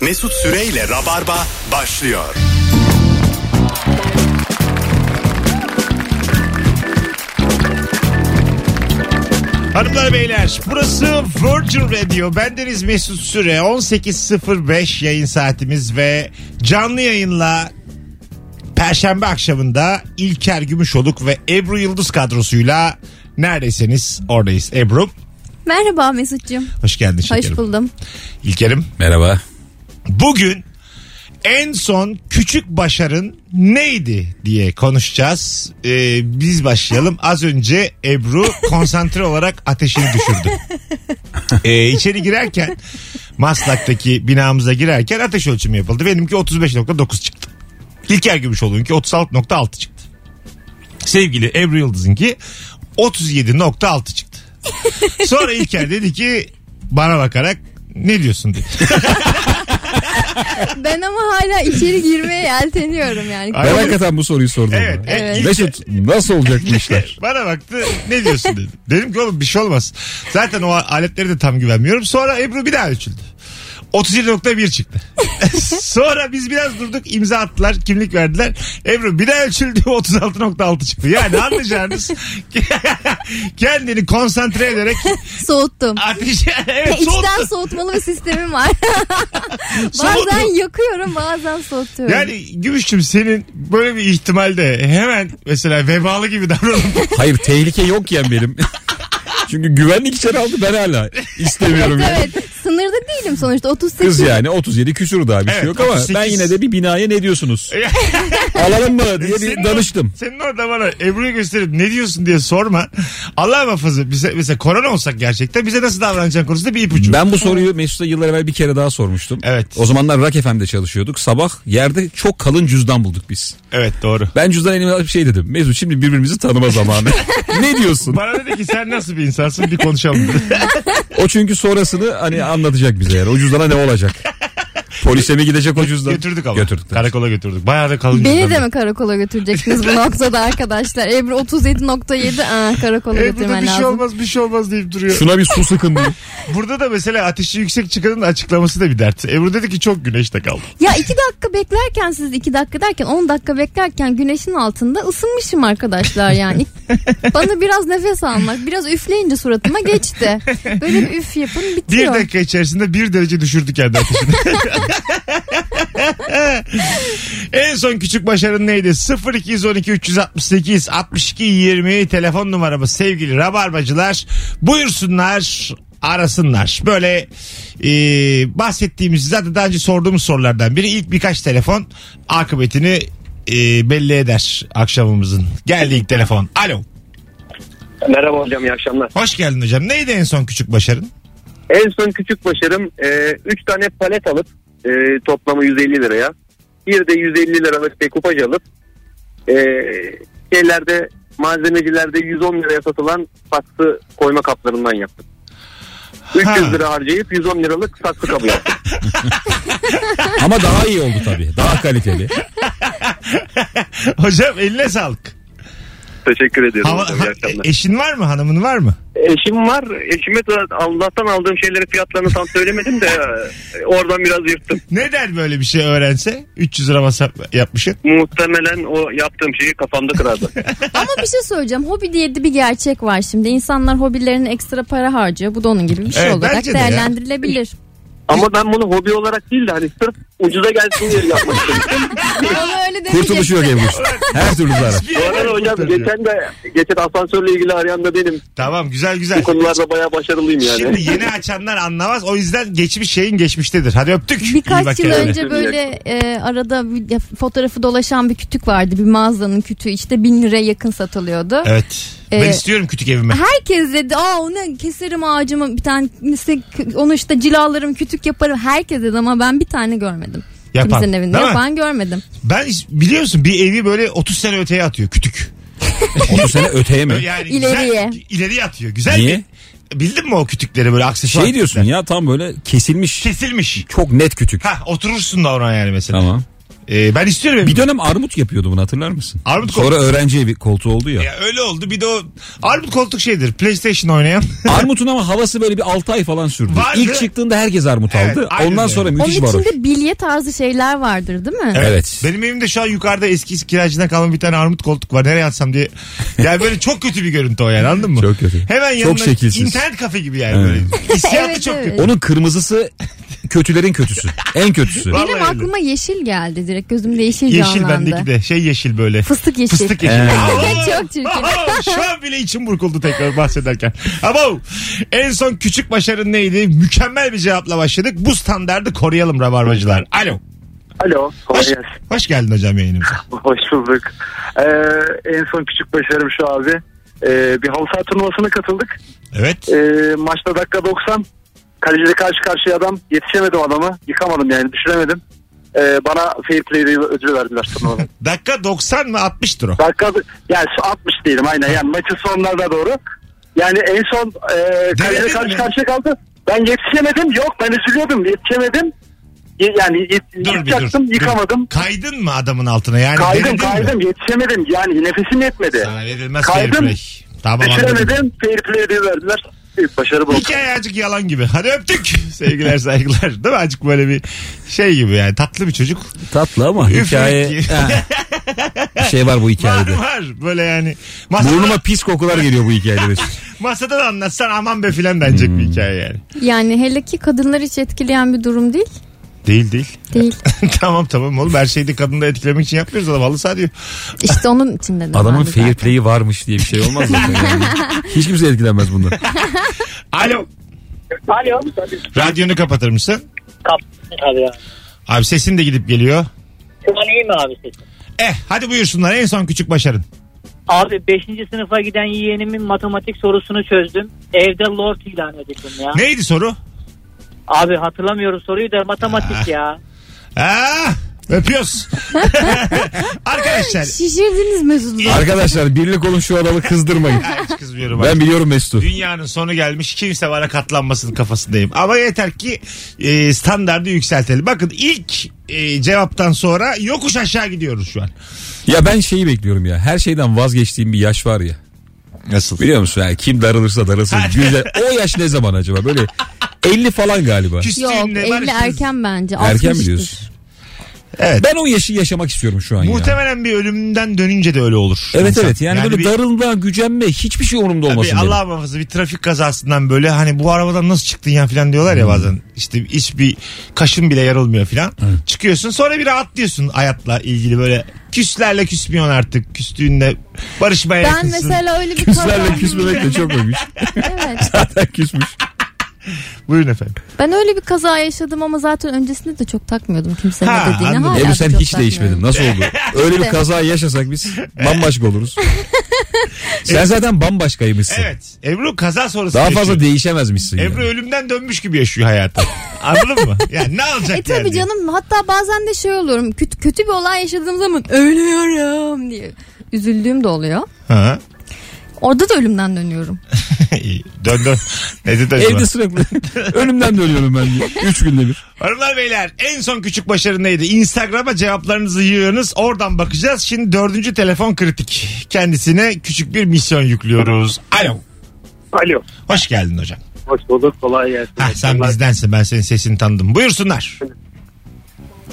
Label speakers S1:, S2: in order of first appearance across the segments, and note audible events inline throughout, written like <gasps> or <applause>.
S1: Mesut Süreyle Rabarba başlıyor.
S2: Hanımlar beyler burası Virgin Radio. Bendeniz Mesut Süre 18.05 yayın saatimiz ve canlı yayınla Perşembe akşamında İlker Gümüşoluk ve Ebru Yıldız kadrosuyla neredeyseniz oradayız. Ebru
S3: Merhaba Mesut'cum.
S2: hoş geldin
S3: Hoş
S2: şekerim.
S3: buldum.
S2: İlker'im
S4: Merhaba.
S2: bugün en son küçük başarın neydi diye konuşacağız. Ee, biz başlayalım. Az önce Ebru konsantre olarak ateşini düşürdü. Ee, içeri girerken Maslak'taki binamıza girerken ateş ölçümü yapıldı. Benimki 35.9 çıktı. İlker Gümüşoğlu'nunki 36.6 çıktı. Sevgili Ebru Yıldız'ınki 37.6 çıktı. Sonra İlker dedi ki bana bakarak ne diyorsun dedi.
S3: Ben ama hala içeri girmeye yelteniyorum
S2: Ay-
S3: yani.
S4: Ben
S2: Aynen.
S4: hakikaten bu soruyu sordum.
S2: Evet,
S4: bana.
S2: evet. İlker-
S4: Mesut nasıl olacak bu
S2: <laughs>
S4: işler?
S2: Bana baktı ne diyorsun dedi. Dedim ki oğlum bir şey olmaz. Zaten o aletlere de tam güvenmiyorum. Sonra Ebru bir daha ölçüldü. 37.1 çıktı. <laughs> Sonra biz biraz durduk imza attılar kimlik verdiler. Ebru bir daha ölçüldü 36.6 çıktı. Yani anlayacağınız <laughs> kendini konsantre ederek
S3: Soğuttum.
S2: ateşe <laughs> evet,
S3: İçten
S2: soğuttu.
S3: soğutmalı bir
S2: <laughs>
S3: sistemim var.
S2: Soğuttum.
S3: bazen yakıyorum bazen soğutuyorum.
S2: Yani Gümüş'cüm senin böyle bir ihtimalde hemen mesela vebalı gibi <laughs> davranıp
S4: Hayır tehlike yok ya benim. <laughs> Çünkü güvenlik içeri aldı ben hala istemiyorum. yani.
S3: evet sınırda değilim sonuçta 38.
S4: Kız yani 37 küsür daha bir
S2: Evet,
S4: şey yok ama
S2: 38.
S4: ben yine de bir binaya
S2: <laughs>
S4: ne diyorsunuz? Alalım mı diye
S2: Senin
S4: bir danıştım.
S2: or- Senin orada bana Ebru'yu gösterip ne diyorsun diye sorma. Allah muhafaza bize mesela korona olsak gerçekten bize nasıl davranacaksın konusunda bir ipucu.
S4: Ben bu soruyu Mesut'a yıllar evvel bir kere daha sormuştum.
S2: Evet.
S4: O zamanlar Rock FM'de çalışıyorduk. Sabah yerde çok kalın cüzdan bulduk biz.
S2: Evet doğru.
S4: Ben cüzdan elime alıp şey dedim. Mesut şimdi birbirimizi tanıma <laughs> zamanı. ne diyorsun?
S2: Bana dedi ki sen nasıl bir insansın bir
S4: <laughs>
S2: konuşalım.
S4: O çünkü sonrasını hani anlatacak bize yani. O cüzdana ne olacak? Polise mi gidecek o cüzdan?
S2: götürdük ama.
S4: Götürdük. tabii.
S2: Karakola götürdük. Bayağı da kalın
S3: Beni
S2: cüzdandı.
S3: de mi karakola götüreceksiniz bu noktada arkadaşlar? Ebru 37.7 aa, karakola
S2: Ebru'da
S3: götürmen
S2: bir şey
S3: lazım.
S2: olmaz bir şey olmaz deyip duruyor.
S4: Şuna bir su sıkın diye.
S2: Burada da mesela ateşi yüksek çıkanın açıklaması da bir dert. Ebru dedi ki çok güneşte kaldım.
S3: Ya 2 dakika beklerken siz 2 dakika derken 10 dakika beklerken güneşin altında ısınmışım arkadaşlar
S2: <laughs>
S3: yani. Bana biraz nefes almak biraz üfleyince suratıma geçti. Böyle bir üf yapın
S2: Bir
S3: bitiyor.
S2: dakika içerisinde bir derece düşürdü kendi ateşini. <laughs> en son küçük başarın neydi? 0212 368 62 20 telefon numaramız sevgili rabarbacılar. Buyursunlar arasınlar. Böyle e, bahsettiğimiz zaten daha önce sorduğumuz sorulardan biri ilk birkaç telefon akıbetini e, belli eder akşamımızın. Geldi ilk telefon. Alo.
S5: Merhaba hocam iyi akşamlar.
S2: Hoş geldin hocam. Neydi en son küçük başarın?
S5: En son küçük başarım 3 tane palet alıp e, toplamı 150 liraya. Bir de 150 liralık dekupaj alıp e, şeylerde malzemecilerde 110 liraya satılan saksı koyma kaplarından yaptım. 300
S2: Ha.
S5: lira harcayıp 110 liralık saksı kabı yaptım.
S4: Ama daha iyi oldu tabii. Daha kaliteli.
S2: <laughs> Hocam eline sağlık.
S5: <laughs> Teşekkür ediyorum.
S2: Hava- e,
S5: hocam, iyi akşamlar.
S2: eşin var mı? Hanımın var mı?
S5: Eşim var. Eşime de Allah'tan aldığım şeylerin fiyatlarını tam söylemedim de e, oradan biraz yırttım.
S2: Ne der böyle bir şey öğrense? 300 lira masraf yapmışsın.
S5: Muhtemelen o yaptığım şeyi kafamda kırardı.
S3: Ama bir şey söyleyeceğim. Hobi diye de bir gerçek var şimdi. İnsanlar hobilerine ekstra para harcıyor. Bu da onun gibi bir şey
S2: Evet,
S3: olarak
S2: bence de ya.
S3: değerlendirilebilir.
S5: Ama ben bunu hobi olarak değil de hani sırf ucuza gelsin diye
S2: <laughs>
S5: yapmak istedim.
S3: Ama öyle
S4: Kurtuluş yok Ebru. Her türlü zarar.
S5: Bu arada hocam geçen de geçen asansörle ilgili arayan da benim.
S2: Tamam güzel
S5: Bu
S2: güzel.
S5: konularda bayağı başarılıyım yani.
S2: Şimdi yeni açanlar anlamaz. O yüzden geçmiş şeyin geçmiştedir. Hadi öptük. İyi bak
S3: Birkaç yıl
S2: kendine.
S3: önce böyle e, arada bir- fotoğrafı dolaşan bir kütük vardı. Bir mağazanın kütüğü işte bin liraya yakın satılıyordu.
S2: Evet. ben
S3: Ee,
S2: istiyorum kütük evime.
S3: <laughs> Herkes dedi aa onu keserim ağacımı bir tanesi onu işte cilalarım kütük yaparım. Herkes dedi ama ben bir tane görmedim.
S2: Yapan.
S3: Kimsenin evinde
S2: Değil mi?
S3: yapan görmedim.
S2: Ben is- biliyor musun bir evi böyle 30 sene öteye atıyor kütük.
S4: 30 sene öteye mi?
S2: Yani
S3: İleriye.
S2: Güzel, ileriye atıyor. Güzel
S4: Niye?
S2: bir- Bildin mi o kütükleri böyle aksesuar?
S4: Şey diyorsun ya tam böyle kesilmiş.
S2: Kesilmiş.
S4: Çok net küçük.
S2: Ha oturursun da ona yani mesela.
S4: Tamam.
S2: Ee, ben istiyorum. evimi.
S4: Bir dönem armut yapıyordu bunu hatırlar mısın?
S2: Armut
S4: Sonra öğrenci evi koltuğu oldu ya.
S2: Ya öyle oldu. Bir de o armut koltuk şeydir. PlayStation oynayan.
S4: Armut'un ama havası böyle bir 6 ay falan sürdü.
S2: Vardı.
S4: İlk çıktığında herkes armut
S2: Evet,
S4: aldı.
S2: aynen
S4: Ondan
S2: öyle.
S4: sonra
S3: Onun
S4: müthiş var.
S3: içinde bilye tarzı şeyler vardır değil mi?
S4: <laughs> Evet.
S2: <laughs> Benim evimde şu an yukarıda eski kiracına kalan bir tane armut koltuk var. Nereye atsam diye. Yani böyle çok kötü bir görüntü o yani anladın mı?
S4: Çok kötü.
S2: Hemen
S4: Çok
S2: yanına
S4: şekilsiz.
S2: internet kafe gibi yani
S4: Evet.
S3: <laughs>
S2: böyle. Hissiyatı
S3: Evet,
S2: çok
S3: evet.
S2: kötü.
S4: Onun kırmızısı kötülerin kötüsü. En kötüsü.
S2: Vallahi
S3: Benim
S2: öyle.
S3: aklıma yeşil geldi direkt. Gözümde yeşil,
S2: Yeşil
S3: canlandı.
S2: bendeki de şey yeşil böyle.
S3: Fıstık yeşil.
S2: Fıstık yeşil. Abo!
S3: <laughs> Çok çirkin.
S2: Abo! Şu an bile içim burkuldu tekrar bahsederken. Abo! En son küçük başarın neydi? Mükemmel bir cevapla başladık. Bu standardı koruyalım rabarbacılar. Alo.
S5: Alo. Kolay
S2: Hoş,
S5: gelsin.
S2: hoş geldin hocam yayınımıza.
S5: Hoş bulduk. Ee, en son küçük başarım şu abi. Ee, bir halı saha turnuvasına katıldık.
S2: Evet.
S5: Ee, maçta dakika 90. Kaleciyle karşı karşıya adam. Yetişemedim adamı. Yıkamadım yani düşüremedim. Ee, bana fair play ödülü verdiler turnuvada.
S2: Dakika 90 mı 60'tır o.
S5: dakika yani şu 60 değilim aynen. Yani maçın sonlarına doğru. Yani en son e, kaleciyle
S2: Denedin
S5: karşı
S2: mi?
S5: karşıya kaldı. Ben yetişemedim. Yok ben üzülüyordum. Yetişemedim. Ye- Yani yet,
S2: Dur bir
S5: yıkacaktım,
S2: dur.
S5: yıkamadım.
S2: Kaydın mı adamın altına? Yani denedin
S5: Kaydım
S2: mi?
S5: kaydım yetişemedim. Yani nefesim yetmedi.
S2: Sana verilmez
S5: Kaydım.
S2: fair play. Tamam anladım.
S5: Düşüremedim. Fair play diye verdiler. Büyük başarı bu.
S2: Hikaye azıcık yalan gibi. Hadi öptük. <laughs> Sevgiler saygılar. Değil mi? Azıcık böyle bir şey gibi yani. Tatlı bir çocuk.
S4: Tatlı ama
S2: Üfürük
S4: hikaye...
S2: gibi.
S4: Ha. Bir şey var
S2: <laughs>
S4: bu
S2: Var
S4: hikayede.
S2: var. Böyle yani. Masada,
S4: Burnuma pis kokular geliyor bu hikayede. Mesut.
S2: masada da anlatsan aman be filan denecek bir hikaye yani.
S3: Yani hele ki kadınlar hiç etkileyen bir durum değil.
S2: Değil değil. <laughs>
S3: Değil.
S2: tamam tamam oğlum her şeyi de kadını da etkilemek için yapmıyoruz adam halı saha diyor.
S3: İşte onun içinde de
S4: Adamın
S3: vardı
S4: fair
S3: zaten.
S4: play'i varmış diye bir şey olmaz mı?
S2: <laughs>
S4: Yani Hiç kimse etkilenmez bundan.
S2: Alo
S6: Alo.
S2: radyonu kapatır mısın?
S6: Kap. Abi ya.
S2: Abi sesin de gidip geliyor.
S6: Şu an iyi mi abi sesin?
S2: Eh hadi buyursunlar en son küçük başarın.
S6: Abi 5. sınıfa giden yeğenimin matematik sorusunu çözdüm. Evde lord ilan edildim ya.
S2: Neydi soru?
S6: Abi hatırlamıyorum soruyu da matematik ya.
S2: Ah, <laughs> öpüyoruz. Arkadaşlar.
S3: Şişirdiniz Mesut'u.
S4: Arkadaşlar birlik olun şu adamı kızdırmayın.
S2: Ay, hiç kızmıyorum.
S4: Ben biliyorum Mesut'u.
S2: Dünyanın sonu gelmiş kimse bana katlanmasın kafasındayım. Ama yeter ki e, standardı yükseltelim. Bakın ilk e, cevaptan sonra yokuş aşağı gidiyoruz şu an.
S4: Ya ben şeyi bekliyorum ya. Her şeyden vazgeçtiğim bir yaş var ya.
S2: Nasıl?
S4: Biliyor musun? Yani kim darılırsa darılsın. Güzel. O yaş ne zaman acaba? Böyle 50 falan galiba.
S3: Yok 50 erken bence.
S4: Erken
S3: 60'tır.
S4: mi diyorsun?
S2: Evet.
S4: Ben o yaşı yaşamak istiyorum şu an ya.
S2: Muhtemelen bir ölümden dönünce de öyle olur.
S4: Evet
S2: İnsan.
S4: evet yani, böyle
S2: bir-
S4: darılma, gücenme hiçbir şey umurumda
S2: bir
S4: olmasın benim.
S2: Allah muhafaza bir trafik kazasından böyle hani bu arabadan nasıl çıktın ya falan diyorlar
S4: Hmm.
S2: ya bazen. İşte hiç bir kaşın bile yarılmıyor falan. Çıkıyorsun sonra bir rahatlıyorsun hayatla ilgili böyle küslerle küsmüyorsun artık. Küstüğünde barışmaya
S3: Ben
S2: yakınsın.
S3: mesela öyle bir
S4: Küslerle
S3: kavram-
S4: küsmemek de
S2: <laughs>
S4: çok övmüş.
S3: Evet.
S4: Zaten küsmüş.
S2: Buyurun efendim.
S3: Ben öyle bir kaza yaşadım ama zaten öncesinde de çok takmıyordum kimsenin
S2: Ha,
S3: ne dediğini.
S2: anladım.
S3: Hala
S4: Ebru
S3: da
S4: sen
S3: çok
S4: hiç değişmedin.
S3: takmıyorum.
S4: Nasıl
S2: <laughs>
S4: oldu? Öyle bir kaza yaşasak biz bambaşka oluruz. sen zaten bambaşkaymışsın.
S2: Evet. Ebru kaza sonrası
S4: Daha fazla
S2: yaşıyor.
S4: değişemezmişsin. yani.
S2: Ebru ölümden dönmüş gibi yaşıyor hayatı.
S4: <laughs>
S2: Anladın mı? Yani ne alacak
S3: E tabii
S2: yani?
S3: canım hatta bazen de şey oluyorum kötü, kötü bir olay yaşadığım zaman ölüyorum diye üzüldüğüm de oluyor.
S2: Ha. <laughs>
S3: Orada da ölümden dönüyorum.
S2: İyi. dön dön. Neyse dön.
S4: Evde sürekli
S2: <laughs>
S4: ölümden dönüyorum ben diye. Üç günde bir.
S2: Hanımlar beyler en son küçük başarı neydi? Instagram'a cevaplarınızı yığınız oradan bakacağız. Şimdi dördüncü telefon kritik. Kendisine küçük bir misyon yüklüyoruz. Alo.
S5: Alo.
S2: Hoş geldin hocam.
S5: Hoş bulduk. Kolay gelsin.
S2: Hah, sen
S5: Kolay-
S2: bizdensin ben senin sesini tanıdım. Buyursunlar.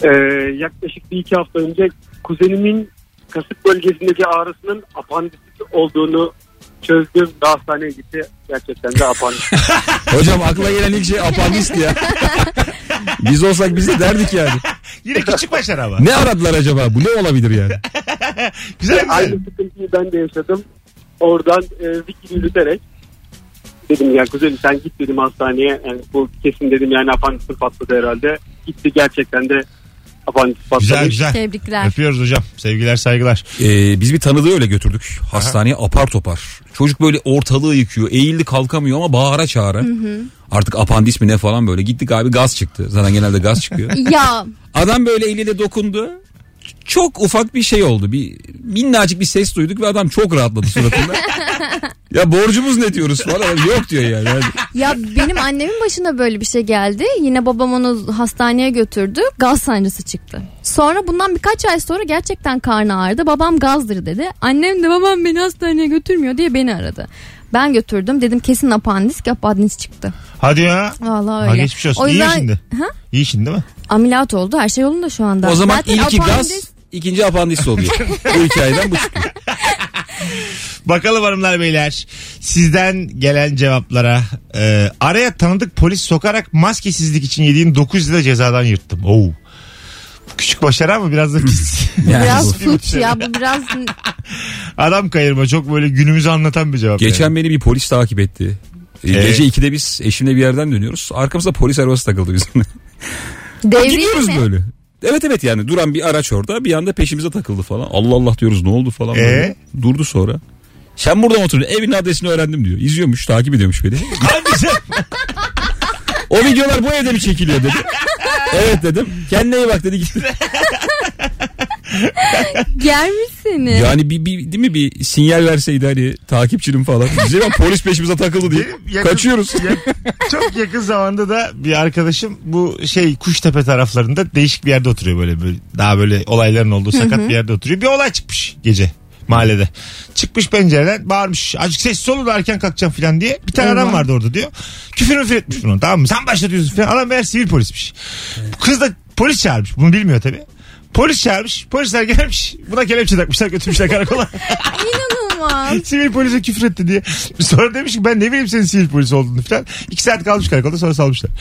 S5: Ee, yaklaşık bir iki hafta önce kuzenimin kasık bölgesindeki ağrısının apandisit olduğunu çözdüm. Daha hastaneye gitti. Gerçekten de
S2: <laughs>
S5: apandisit.
S4: Hocam akla gelen ilk şey apandist ya. Biz olsak biz de derdik yani.
S2: Yine küçük başarı ama.
S4: Ne aradılar acaba? Bu ne olabilir yani?
S2: Güzel güzel.
S5: Aynı sıkıntıyı ben de yaşadım. Oradan e, wiki yürüterek dedim ya kuzenim sen git dedim hastaneye. Yani bu kesin dedim yani apandisit patladı herhalde. Gitti gerçekten de apandisit patladı.
S2: Güzel güzel.
S3: Tebrikler.
S2: Öpüyoruz hocam. Sevgiler saygılar.
S4: Ee, biz bir tanıdığı öyle götürdük. Hastaneye apar topar. Çocuk böyle ortalığı yıkıyor. Eğildi kalkamıyor ama bağıra çağıra. Artık apandis mi ne falan böyle. Gittik abi gaz çıktı. Zaten genelde gaz
S3: <laughs>
S4: çıkıyor.
S3: ya
S4: Adam böyle eliyle dokundu.
S3: <laughs>
S4: Çok ufak bir şey oldu. Bir minnacık bir ses duyduk ve adam çok rahatladı suratında. Ya borcumuz ne diyoruz falan. Yok diyor yani. Hadi.
S3: Ya benim annemin başına böyle bir şey geldi. Yine babam onu hastaneye götürdü. Gaz sancısı çıktı. Sonra bundan birkaç ay sonra gerçekten karnı ağrıdı. Babam gazdır dedi. Annem de babam beni hastaneye götürmüyor diye beni aradı. Ben götürdüm. Dedim kesin apandis ki apandis çıktı.
S2: Hadi ya.
S3: Vallahi öyle.
S2: Ha, geçmiş olsun.
S3: O
S2: İyi
S3: yüzden-
S2: şimdi.
S3: Ha?
S2: İyi şimdi değil mi?
S3: Ameliyat oldu. Her şey yolunda şu anda.
S4: O zaman
S3: Zaten
S4: ilki
S3: apandis-
S4: gaz, ikinci apandis oluyor. Bu hikayeden bu çıkıyor.
S2: Bakalım hanımlar beyler sizden gelen cevaplara. Ee, araya tanıdık polis sokarak maskesizlik için yediğin 9 lira cezadan yırttım. Oo. Bu Küçük başarı ama biraz da pis.
S4: <laughs> Yani
S3: Biraz
S4: bu.
S3: suç ya bu biraz
S2: Adam kayırma çok böyle günümüzü anlatan bir cevap. yani.
S4: Geçen beni bir polis takip etti. Ee,
S2: Ee?
S4: Gece 2'de biz eşimle bir yerden dönüyoruz. Arkamızda polis arabası takıldı bizim. Gidiyoruz
S3: devrildi mi?
S4: böyle. Evet evet yani duran bir araç orada bir anda peşimize takıldı falan. Allah Allah diyoruz ne oldu falan.
S2: Ee?
S4: böyle. Durdu sonra. Sen burada mı oturuyorsun? Evin adresini öğrendim diyor. İzliyormuş takip ediyormuş beni.
S2: Hadi sen-
S4: O videolar bu evde mi çekiliyor dedi. evet dedim. Kendine iyi bak dedi gitti.
S3: Germiş seni.
S4: Yani bir, bir değil mi bir sinyal verseydi hani takipçinim falan. Bize bak polis peşimize takıldı diye.
S2: Benim yakın-
S4: Kaçıyoruz.
S2: Ya- çok yakın zamanda da bir arkadaşım bu şey Kuştepe taraflarında değişik bir yerde oturuyor böyle, böyle daha böyle olayların olduğu sakat bir yerde oturuyor. Bir olay çıkmış gece mahallede. Çıkmış pencereden bağırmış. Azıcık sessiz olun erken kalkacağım falan diye. Bir tane adam vardı orada diyor. Küfür müfür etmiş bunu tamam mı? Sen başlatıyorsun falan. Adam meğer sivil polismiş. Kız da polis çağırmış. Bunu bilmiyor tabii. Polis çağırmış. Polisler gelmiş. Buna kelepçe takmışlar götürmüşler karakola.
S3: İnanılmaz.
S2: sivil polise küfür etti diye. Sonra demiş ki ben ne bileyim senin sivil polis olduğunu falan. İki saat kalmış karakolda sonra salmışlar.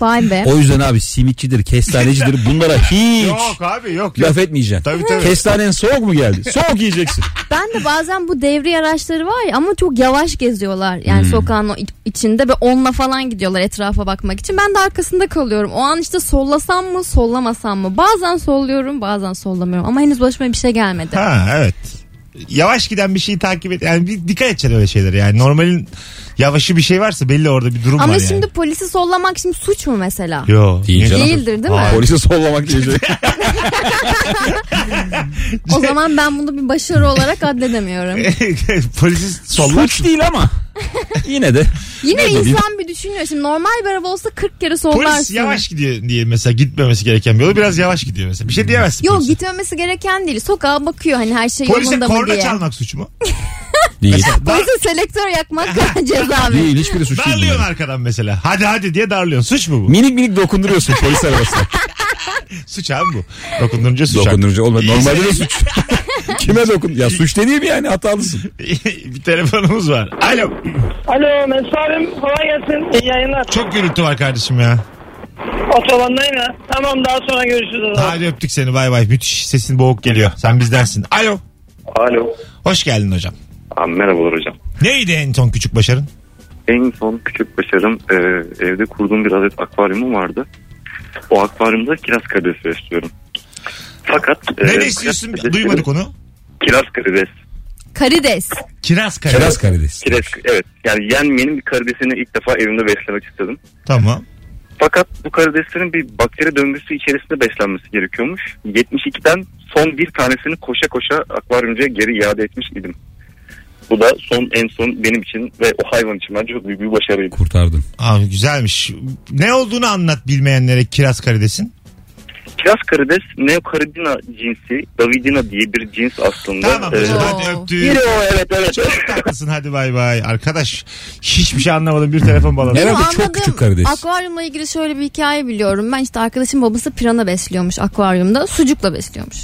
S3: Vay be.
S4: O yüzden abi simitçidir, kestanecidir bunlara hiç
S2: Yok abi yok. yok.
S4: laf etmeyeceksin.
S2: Tabii, tabii.
S4: Kestanen soğuk mu geldi? Soğuk yiyeceksin.
S3: Ben de bazen bu devriye araçları var ya ama çok yavaş geziyorlar. Yani
S2: Hmm.
S3: sokağın o iç- içinde ve onunla falan gidiyorlar etrafa bakmak için. Ben de arkasında kalıyorum. O an işte sollasam mı sollamasam mı? Bazen solluyorum bazen sollamıyorum. Ama henüz başıma bir şey gelmedi.
S2: Ha evet. Yavaş giden bir şeyi takip et. Yani bir dikkat edeceksin öyle şeylere. Yani normalin yavaşı bir şey varsa belli orada bir durum var
S3: ama
S2: yani.
S3: şimdi polisi sollamak şimdi suç mu mesela?
S2: Yo.
S4: Değil
S2: Niye-
S4: canım.
S3: Değildir değil mi?
S2: Hayır.
S4: Polise sollamak diyecek.
S3: O zaman ben bunu bir başarı olarak addedemiyorum.
S2: <laughs> <laughs> Polisi sollar.
S4: Suç değil ama. <laughs> Yine de.
S3: Yine
S4: Ne bileyim.
S3: insan bir düşünüyor. Şimdi normal bir araba olsa 40 kere sollarsın.
S2: Polis yavaş gidiyor diye mesela gitmemesi gereken bir yolu biraz yavaş gidiyor mesela. Bir şey diyemezsin.
S3: Yok
S2: polise.
S3: gitmemesi gereken değil. Sokağa bakıyor hani her şey
S2: Polise
S3: yolunda mı
S2: korna
S3: diye.
S2: çalmak suç mu?
S4: Değil.
S3: <laughs> Polise selektör yakmak <laughs> ceza veriyor.
S4: değil. Hiçbiri suç değil.
S2: Darlıyorsun
S4: bunların.
S2: arkadan mesela. Hadi hadi diye darlıyorsun. Suç mu bu?
S4: Minik minik dokunduruyorsun polis arabasına.
S2: Suç abi bu. Dokundurunca suç.
S4: Dokundurucu olmaz.
S2: İyi-
S4: Normalde de suç. Kime dokun? Ya suç dediğim yani hatalısın.
S2: <laughs> bir telefonumuz var. Alo.
S7: Alo Mesut abim kolay gelsin. İyi yayınlar.
S2: Çok gürültü var kardeşim ya.
S7: Otobandayım ya. Tamam daha sonra görüşürüz. o zaman.
S2: Hadi öptük seni bay bay. Müthiş sesin boğuk geliyor. Sen bizdensin. Alo.
S5: Alo.
S2: Hoş geldin hocam.
S5: Abi, merhabalar hocam.
S2: Neydi en son küçük başarın?
S5: En son küçük başarım e, evde kurduğum bir adet akvaryumum vardı. O akvaryumda kiraz karides besliyorum. Fakat... e,
S2: ne besliyorsun?
S5: kiraz karidesleri-
S2: Duymadık onu.
S5: Kiraz karides.
S3: Karides.
S2: Kiraz karides.
S4: Keras karides.
S5: Kiraz, evet. Yani yenmeyenin bir karidesini ilk defa evimde beslemek istedim.
S2: Tamam.
S5: Fakat bu karideslerin bir bakteri döngüsü içerisinde beslenmesi gerekiyormuş. 72'den son bir tanesini koşa koşa akvaryumcuya geri iade etmiş idim. Bu da son en son benim için ve o hayvan için bence çok büyük bir başarıydı.
S4: Kurtardın.
S2: Abi güzelmiş. Ne olduğunu anlat bilmeyenlere kiraz karidesin.
S5: Kiraz karides Neocaridina cinsi, Davidina diye bir cins aslında.
S2: Tamam
S5: Ee,
S2: hocam
S3: Evet.
S2: hadi
S3: Oo.
S2: öptük.
S5: o evet evet.
S2: Tatlısın hadi bay bay. Arkadaş hiçbir şey anlamadım bir telefon bağladı.
S4: Herhalde
S3: Benim
S4: çok
S3: anladığım
S4: küçük karides.
S3: Akvaryumla ilgili şöyle bir hikaye biliyorum. Ben işte arkadaşım babası pirana besliyormuş akvaryumda. Sucukla besliyormuş.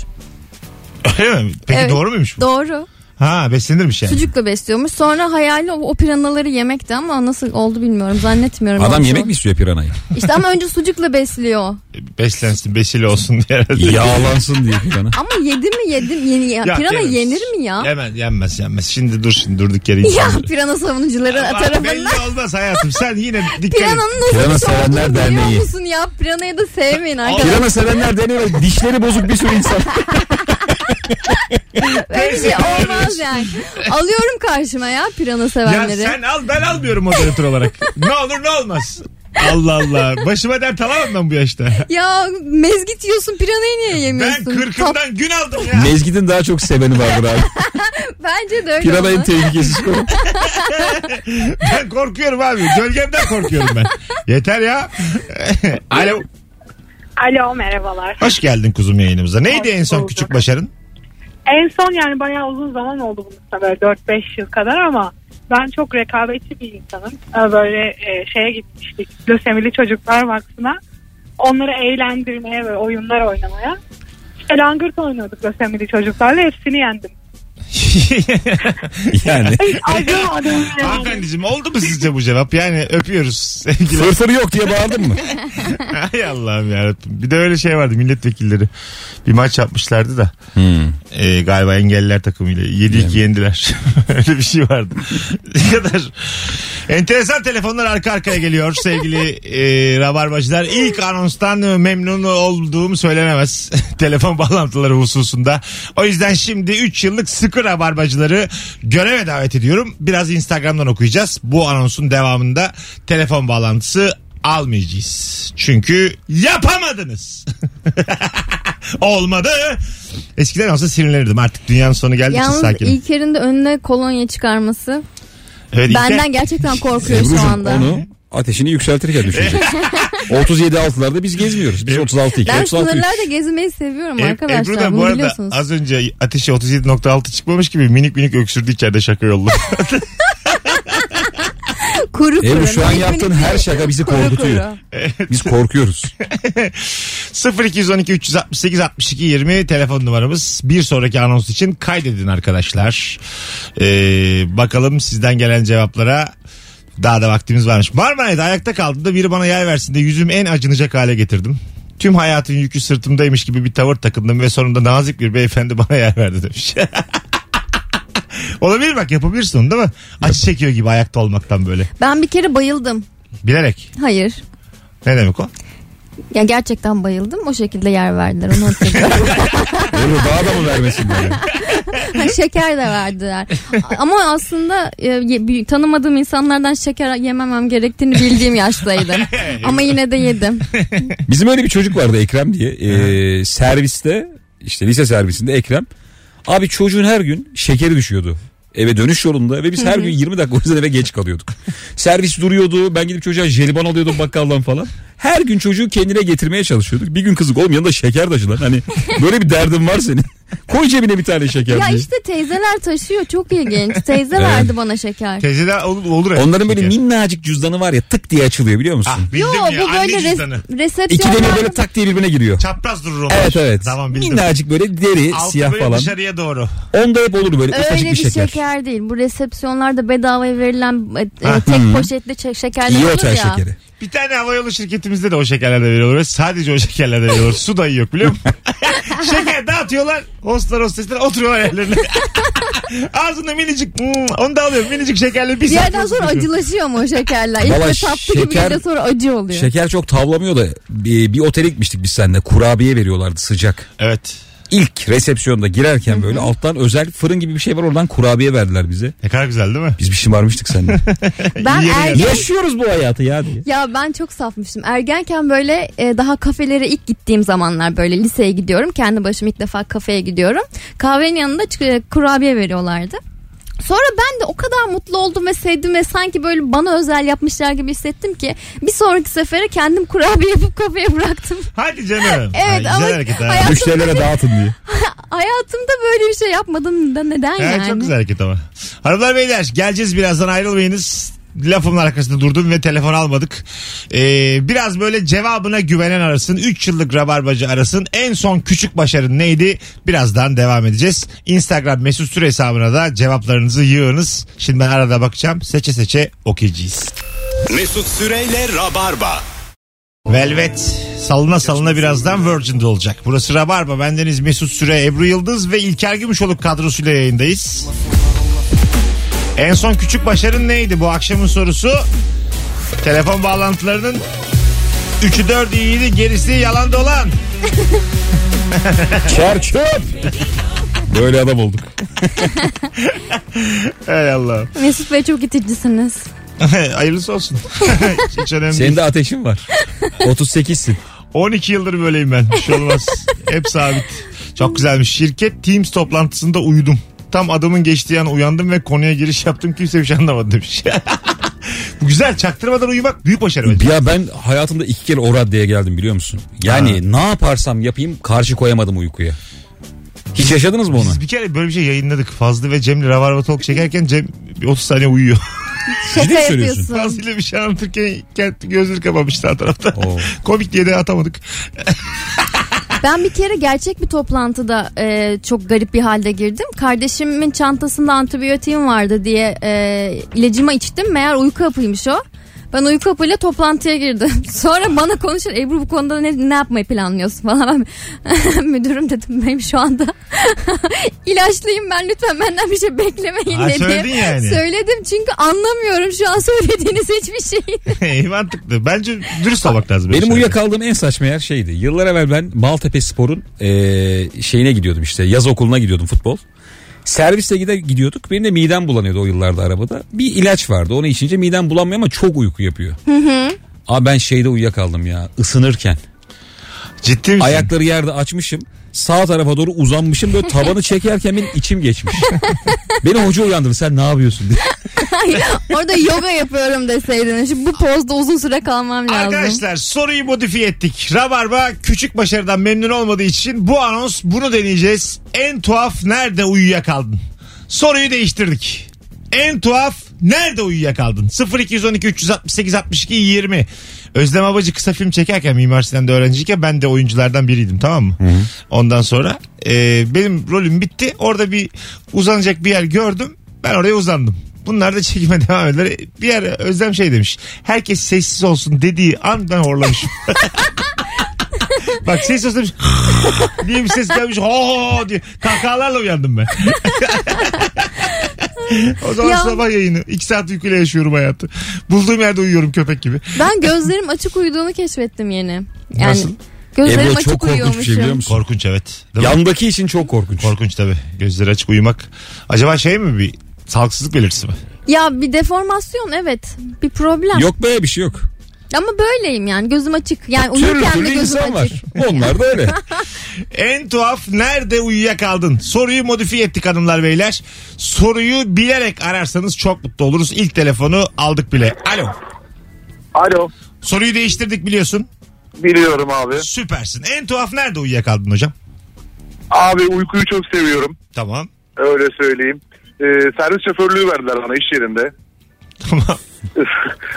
S2: Öyle mi? Peki
S3: Evet.
S2: doğru muymuş bu?
S3: Doğru.
S2: ha şey? beslenirmiş yani.
S3: Sucukla besliyormuş. Sonra hayali o, o piranaları yemekti ama nasıl oldu bilmiyorum. Zannetmiyorum.
S4: Adam
S3: Olmuş
S4: yemek
S3: o.
S4: mi istiyor piranayı?
S3: İşte ama önce sucukla besliyor.
S2: Beslensin besili olsun diye herhalde.
S4: Yağlansın diye pirana.
S3: Ama yedi mi yedim yeni ya.
S2: Ya,
S3: pirana
S2: yemez.
S3: yenir mi ya?
S2: Hemen yenmez yenmez. Şimdi dur şimdi durduk yere
S3: Ya
S2: insanları.
S3: pirana savunucuları
S2: Ama
S3: tarafından.
S2: Belli olmaz hayatım. Sen
S3: <laughs>
S2: yine dikkat et.
S3: Pirananın nasıl
S4: Pirana
S3: bir şey
S4: Sevenler
S3: olduğunu biliyor
S4: Derneği.
S3: musun ya? Piranayı da sevmeyin arkadaşlar.
S4: Pirana sevenler deniyor. Dişleri bozuk bir sürü insan.
S3: Öyle bir şey olmaz yani. Alıyorum karşıma ya pirana
S2: Ya
S3: sevenleri.
S2: sen al ben almıyorum moderatör olarak. ne olur ne olmaz. Allah Allah. Başıma dert alamam ben bu yaşta.
S3: Ya mezgit yiyorsun piranayı niye
S2: Ben
S3: yemiyorsun? Tat-
S2: kırkımdan gün aldım ya.
S4: Mezgidin daha çok seveni vardır abi.
S3: Bence de öyle.
S4: Piranayın
S3: ama.
S4: tehlikesiz
S3: <laughs>
S4: konu.
S2: Ben korkuyorum abi. Gölgemden korkuyorum ben. Yeter ya. Alo.
S8: Alo merhabalar.
S2: Hoş geldin kuzum yayınımıza. Neydi
S8: Hoş
S2: en son
S8: bulduk.
S2: küçük
S3: <laughs>
S2: başarın?
S8: En son yani bayağı uzun zaman oldu bunun böyle 4-5 yıl kadar ama ben çok rekabetçi bir insanım. Ee, Böyle e, şeye gitmiştik lösemili çocuklar vakfına. Onları eğlendirmeye ve oyunlar oynamaya. İşte langırt oynuyorduk lösemili çocuklarla hepsini yendim.
S4: Yani.
S8: Hiç acımadım yani.
S2: Hanımefendiciğim oldu mu sizce bu cevap? Yani öpüyoruz sevgiler.
S4: Fırfır yok diye bağırdın mı?
S2: <laughs> Ay Allah'ım yarabbim. Bir de öyle şey vardı milletvekilleri. Bir maç yapmışlardı da.
S4: Hmm.
S2: e, galiba engelliler takımıyla 7-2 yendiler. <laughs> Öyle bir şey vardı. <laughs> ne kadar enteresan telefonlar arka arkaya geliyor sevgili e, rabarbacılar. İlk anonstan memnun olduğum söylenemez <laughs> telefon bağlantıları hususunda. O yüzden şimdi 3 yıllık sıkı rabarbacıları göreve davet ediyorum. Biraz Instagram'dan okuyacağız. Bu anonsun devamında telefon bağlantısı almayacağız. Çünkü yapamadınız. <laughs> Olmadı. Eskiden olsa sinirlenirdim. Artık dünyanın sonu geldiği için
S3: Yalnız
S2: sakinim.
S3: İlker'in de önüne kolonya çıkarması.
S2: Evet, İlker-
S3: Benden gerçekten korkuyor şu
S4: Ebru'cum
S3: anda.
S4: onu ateşini yükseltirken
S3: <laughs>
S4: düşüneceksin. 37 altılarda biz gezmiyoruz. Biz 36 2,
S3: Ben
S4: 36 3.
S3: sınırlarda gezmeyi seviyorum
S2: Eb-
S3: arkadaşlar.
S2: Ebru da bu
S3: bunu
S2: arada
S3: biliyorsunuz.
S2: az önce ateşi 37.6 çıkmamış gibi minik minik öksürdü içeride şaka
S3: <laughs>
S2: yollu.
S3: <laughs> Kuru kuru.
S4: Ebru şu an
S3: minik
S4: yaptığın
S3: minik
S4: her şey- şaka bizi
S3: kuru
S4: korkutuyor.
S3: kuru.
S4: Biz korkuyoruz.
S2: 0212 368 62 20 telefon numaramız. Bir sonraki anons için kaydedin arkadaşlar. Ee, bakalım sizden gelen cevaplara daha da vaktimiz varmış. Marmaray'da ayakta kaldığımda biri bana yay versin de yüzüm en acınacak hale getirdim. Tüm hayatın yükü sırtımdaymış gibi bir tavır takındım ve sonunda nazik bir beyefendi bana yay verdi demiş. <laughs> Olabilir bak yapabilirsin onu değil mi? Acı çekiyor gibi ayakta olmaktan böyle.
S3: Ben bir kere bayıldım.
S2: Bilerek.
S3: Hayır.
S2: Ne demek o?
S3: Ya gerçekten bayıldım. O şekilde yer verdiler.
S2: <laughs>
S3: Onu hatırlıyorum.
S4: Ebru daha da mı vermesin böyle?
S3: Ha, şeker de
S4: <laughs>
S3: verdiler. Ama aslında e, ye- bir- tanımadığım insanlardan şeker yememem gerektiğini bildiğim
S4: <laughs>
S3: yaştaydım. Ama yine de yedim.
S4: Bizim öyle bir çocuk vardı Ekrem diye. Ee, serviste işte lise servisinde Ekrem. Abi çocuğun her gün şekeri düşüyordu. Eve dönüş yolunda ve biz her gün 20 dakika o yüzden eve geç kalıyorduk. Servis duruyordu. Ben gidip çocuğa jelibon alıyordum bakkaldan falan. Her gün çocuğu kendine getirmeye çalışıyorduk. Bir gün kızık oğlum yanında şeker taşılar. Hani böyle bir derdin var senin. <laughs> Koy cebine bir tane şeker
S3: Ya
S4: diye.
S3: işte teyzeler taşıyor. Çok ilginç. Teyze verdi bana şeker.
S2: Teyzeler olur, olur evet.
S4: Onların böyle
S2: Şeker.
S4: minnacık cüzdanı var ya tık diye açılıyor biliyor musun?
S2: Ah, bildim
S3: Yo
S2: ya.
S3: bu
S2: Anne
S3: böyle
S2: cüzdanı.
S3: res-
S4: İki demir böyle
S3: resepsiyonlarda
S4: tak diye birbirine giriyor.
S2: Çapraz durur onlar.
S4: Evet evet.
S2: Tamam bildim.
S4: Minnacık böyle şey deri,
S2: Altı
S4: siyah
S2: böyle
S4: falan.
S2: dışarıya doğru.
S4: Onda hep olur böyle ufacık
S3: Öyle
S4: bir şeker.
S3: değil. Bu resepsiyonlarda bedavaya verilen e, e,
S2: Ha.
S3: tek poşetli çe- şekerler
S4: İyi
S3: Hani olur ya.
S4: otel şekeri.
S2: Bir tane havayolu şirketimizde de o şekerlerden veriyorlar. Ve sadece o şekerlerden veriyorlar. Su dahi yok biliyor musun? <laughs> Şeker dağıtıyorlar. Hostlar hostesler oturuyorlar yerlerine. <laughs> Ağzında minicik hmm, onu da alıyorum. Minicik şekerli bir
S3: Bir yerden
S2: saat
S3: sonra
S2: oturuyor.
S3: acılaşıyor mu o şekerler? İlk
S4: Valla
S3: ve tatlı gibi
S4: şeker-
S3: bir de sonra acı oluyor.
S4: Şeker çok tavlamıyor da bir, bir otele gitmiştik biz seninle. Kurabiye veriyorlardı sıcak.
S2: Evet.
S4: İlk resepsiyonda girerken böyle alttan özel fırın gibi bir şey var oradan kurabiye verdiler bize.
S2: Ne kadar güzel değil mi?
S4: Biz bir şımarmıştık seninle. <laughs>
S3: ben
S2: Yeni
S3: ergen
S4: Yaşıyoruz bu hayatı ya diye.
S3: Ya ben çok safmıştım. Ergenken böyle e, daha kafelere ilk gittiğim zamanlar böyle liseye gidiyorum. Kendi başıma ilk defa kafeye gidiyorum. Kahvenin yanında çı- kurabiye veriyorlardı. Sonra ben de o kadar mutlu oldum ve sevdim ve sanki böyle bana özel yapmışlar gibi hissettim ki bir sonraki sefere kendim kurabiye yapıp kafeye bıraktım. <laughs>
S2: Hadi canım.
S3: Evet,
S2: Ha, güzel
S3: ama
S2: hareket ha.
S3: hayat-
S4: Müşterilere dağıtın diye.
S3: Hayatımda böyle bir şey yapmadım da neden
S2: Ha,
S3: yani?
S2: Çok güzel hareket ama. Hanımlar beyler geleceğiz birazdan ayrılmayınız. Lafımın arkasında durdum ve telefon almadık. Ee, biraz böyle cevabına güvenen arasın. 3 yıllık rabarbacı arasın. En son küçük başarın neydi? Birazdan devam edeceğiz. Instagram mesut süre hesabına da cevaplarınızı yığınız. Şimdi ben arada bakacağım. Seçe seçe okuyacağız.
S1: Mesut Süreyle Rabarba.
S2: Velvet salına salına birazdan Virgin'de olacak. Burası Rabarba. Bendeniz Mesut Süre, Ebru Yıldız ve İlker Gümüşoluk kadrosuyla yayındayız. En son küçük başarın neydi bu akşamın sorusu? Telefon bağlantılarının 3'ü 4'ü iyiydi gerisi yalan dolan.
S4: Çerçöp. Böyle adam olduk.
S2: Hey Allah. <laughs>
S3: Mesut Bey çok iticisiniz.
S2: Hayırlısı olsun. <laughs> Hiç önemli
S4: Senin
S2: değil.
S4: de ateşin var. 38'sin.
S2: 12 yıldır böyleyim ben. Bir şey olmaz. Hep sabit. Çok güzelmiş. Şirket Teams toplantısında uyudum. Tam adamın geçtiği an uyandım ve konuya giriş yaptım. Kimse bir şey anlamadı demiş. <laughs> Bu güzel. Çaktırmadan uyumak büyük başarı bence.
S4: Ya ben hayatımda iki kere o raddeye geldim biliyor musun? Yani ne yaparsam yapayım karşı koyamadım uykuya. Hiç yaşadınız mı onu?
S2: Biz bir kere böyle bir şey yayınladık. Fazlı ve Cem'le Ravarva Talk çekerken Cem bir 30 saniye uyuyor.
S3: Şaka
S4: söylüyorsun?
S3: yapıyorsun.
S2: <laughs> Fazlı'yla bir şey anlatırken kendi gözünü kapamıştı o tarafta.
S4: Oo.
S2: Komik diye de atamadık. <laughs>
S3: Ben bir kere gerçek bir toplantıda e, çok garip bir halde girdim. Kardeşimin çantasında antibiyotiğim vardı diye e, ilacımı içtim. Meğer uyku hapıymış o. Ben uyku hapıyla toplantıya girdim. <laughs> Sonra bana konuşur Ebru bu konuda ne, ne yapmayı planlıyorsun <laughs> falan. Ben, <laughs> müdürüm dedim benim şu anda <laughs> ilaçlıyım ben lütfen benden bir şey beklemeyin
S2: Ha,
S3: dedim.
S2: söyledin yani.
S3: Söyledim çünkü anlamıyorum şu an söylediğiniz hiçbir şeyi.
S2: İyi mantıklı. Bence dürüst olmak lazım.
S4: Benim
S2: Böyle
S4: uyuyakaldığım en saçma yer şeydi. Yıllar evvel ben Maltepe Spor'un eee, şeyine gidiyordum işte. Yaz okuluna gidiyordum futbol. Serviste gider gidiyorduk. Benim de midem bulanıyordu o yıllarda arabada. Bir ilaç vardı. Onu içince midem bulanmıyor ama çok uyku yapıyor. Hı Abi ben şeyde uyuyakaldım ya. Isınırken.
S2: şeyler. Ciddi misin?
S4: Ayakları yerde açmışım. Sağ tarafa doğru uzanmışım. Böyle tabanı çekerken benim içim geçmiş. Beni hoca uyandırdı. Sen ne yapıyorsun diye.
S3: Orada yoga yapıyorum deseydin. Şimdi bu pozda uzun süre kalmam lazım.
S2: Arkadaşlar soruyu modifiye ettik. Rabarba küçük başarıdan memnun olmadığı için bu anons bunu deneyeceğiz. En tuhaf nerede uyuyakaldın? Soruyu değiştirdik. En tuhaf nerede uyuyakaldın? 0212 368 62 20. Özlem Abacı kısa film çekerken Mimar Sinan'da öğrenciyken ben de oyunculardan biriydim tamam mı? Ondan sonra e, benim rolüm bitti. Orada bir uzanacak bir yer gördüm. Ben oraya uzandım. Bunlar da çekime <laughs> devam ediyor. Bir yer Özlem şey demiş. Herkes sessiz olsun dediği an ben horlamışım. <laughs> Bak sessiz olsun demiş. <laughs> diye bir ses gelmiş. Ho ho diye. Kahkahalarla uyandım ben. <laughs> o zaman
S3: Ya.
S2: sabah yayını. İki saat uykuyla yaşıyorum hayatı. Bulduğum yerde uyuyorum köpek gibi.
S3: Ben gözlerim açık uyuduğunu keşfettim yeni. Yani
S2: Nasıl?
S3: Gözlerim
S4: Ebru
S3: açık
S4: çok korkunç
S3: uyuyormuşum.
S4: bir şey biliyor musun?
S2: Korkunç evet. Değil mi?
S4: Yandaki için çok korkunç.
S2: Korkunç tabii. Gözleri açık uyumak. Acaba şey mi bir sağlıksızlık belirtisi mi?
S3: Ya bir deformasyon evet. Bir problem.
S4: Yok be bir şey yok.
S3: Ama böyleyim yani gözüm açık. Yani
S4: Türlü
S3: uyurken de
S4: türlü
S3: gözüm açık.
S4: insan var. Onlar da <laughs> öyle.
S2: En tuhaf nerede uyuyakaldın? Soruyu modifiye ettik hanımlar beyler. Soruyu bilerek ararsanız çok mutlu oluruz. İlk telefonu aldık bile. Alo.
S5: Alo.
S2: Soruyu değiştirdik biliyorsun.
S5: Biliyorum abi.
S2: Süpersin. En tuhaf nerede uyuyakaldın hocam?
S5: Abi uykuyu çok seviyorum.
S2: Tamam. <laughs>
S5: Öyle söyleyeyim. Ee, servis şoförlüğü verdiler bana iş yerinde. <laughs>
S2: Tamam.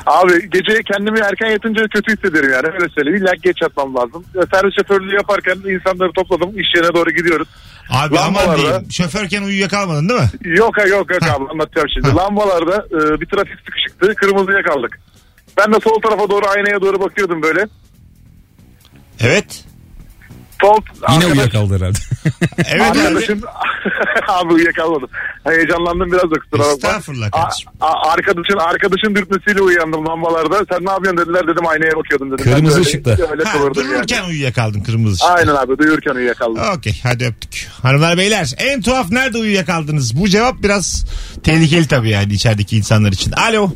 S5: Abi gece kendimi erken yatınca kötü hissederim yani öyle söyleyeyim. İlla ki geç yatmam lazım. Ee, Servis şoförlüğü yaparken insanları topladım iş yerine doğru gidiyoruz.
S2: Abi
S5: Lambalarda-
S2: aman diyeyim. Şoförken uyuyakalmadın değil mi?
S5: Yok ha, yok yok abi anlatacağım şimdi. Lambalarda e, bir trafik sıkışıktı kırmızıya kaldık. Ben de sol tarafa doğru aynaya doğru bakıyordum böyle. <laughs>
S2: Evet.
S5: Sol,
S4: Yine
S5: arkadaş-
S4: uyuyakaldı <laughs> herhalde.
S2: Evet abi.
S5: Arkadaşım abi uyuyakalmadım. Heyecanlandım biraz da kusura bakma.
S2: Estağfurullah
S5: A-
S2: kardeşim.
S5: a- arkadaşın arkadaşın dürtmesiyle uyandım lambalarda. Sen ne yapıyorsun dediler dedim aynaya bakıyordum dedim.
S4: Kırmızı
S5: Ben de
S4: ışıkta.
S5: Öyle, öyle
S2: Ha,
S5: kıvırdım yani.
S2: dururken uyuyakaldın kırmızı ışıkta.
S5: Aynen abi duyurken uyuyakaldım.
S2: Okey hadi öptük. Hanımlar beyler en tuhaf nerede uyuyakaldınız? Bu cevap biraz tehlikeli tabii yani içerideki insanlar için. Alo.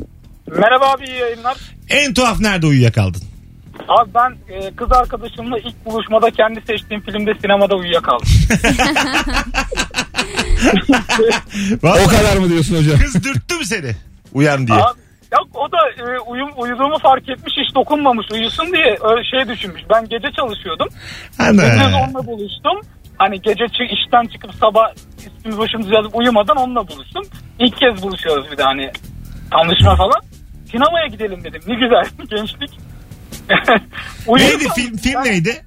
S7: Merhaba abi iyi yayınlar.
S2: En tuhaf nerede uyuyakaldın?
S7: Abi ben e, kız arkadaşımla ilk buluşmada kendi seçtiğim filmde sinemada uyuyakaldım.
S2: Vallahi
S4: o kadar mı diyorsun hocam?
S2: Kız dürttü mü seni? Uyan diye.
S7: Abi, yok o da e, uyum, uyuduğumu fark etmiş hiç dokunmamış uyusun diye öyle şey düşünmüş. Ben gece çalışıyordum. Gündüz
S2: Ana.
S7: onunla buluştum. Hani gece çı- işten çıkıp sabah üstümüz başımızı yazıp uyumadan onunla buluştum. İlk kez buluşuyoruz bir de hani tanışma falan. Sinemaya gidelim dedim. Ne güzel <laughs> gençlik. Uyuyorsan-
S2: Neydi film, film
S7: Ben-
S2: neydi?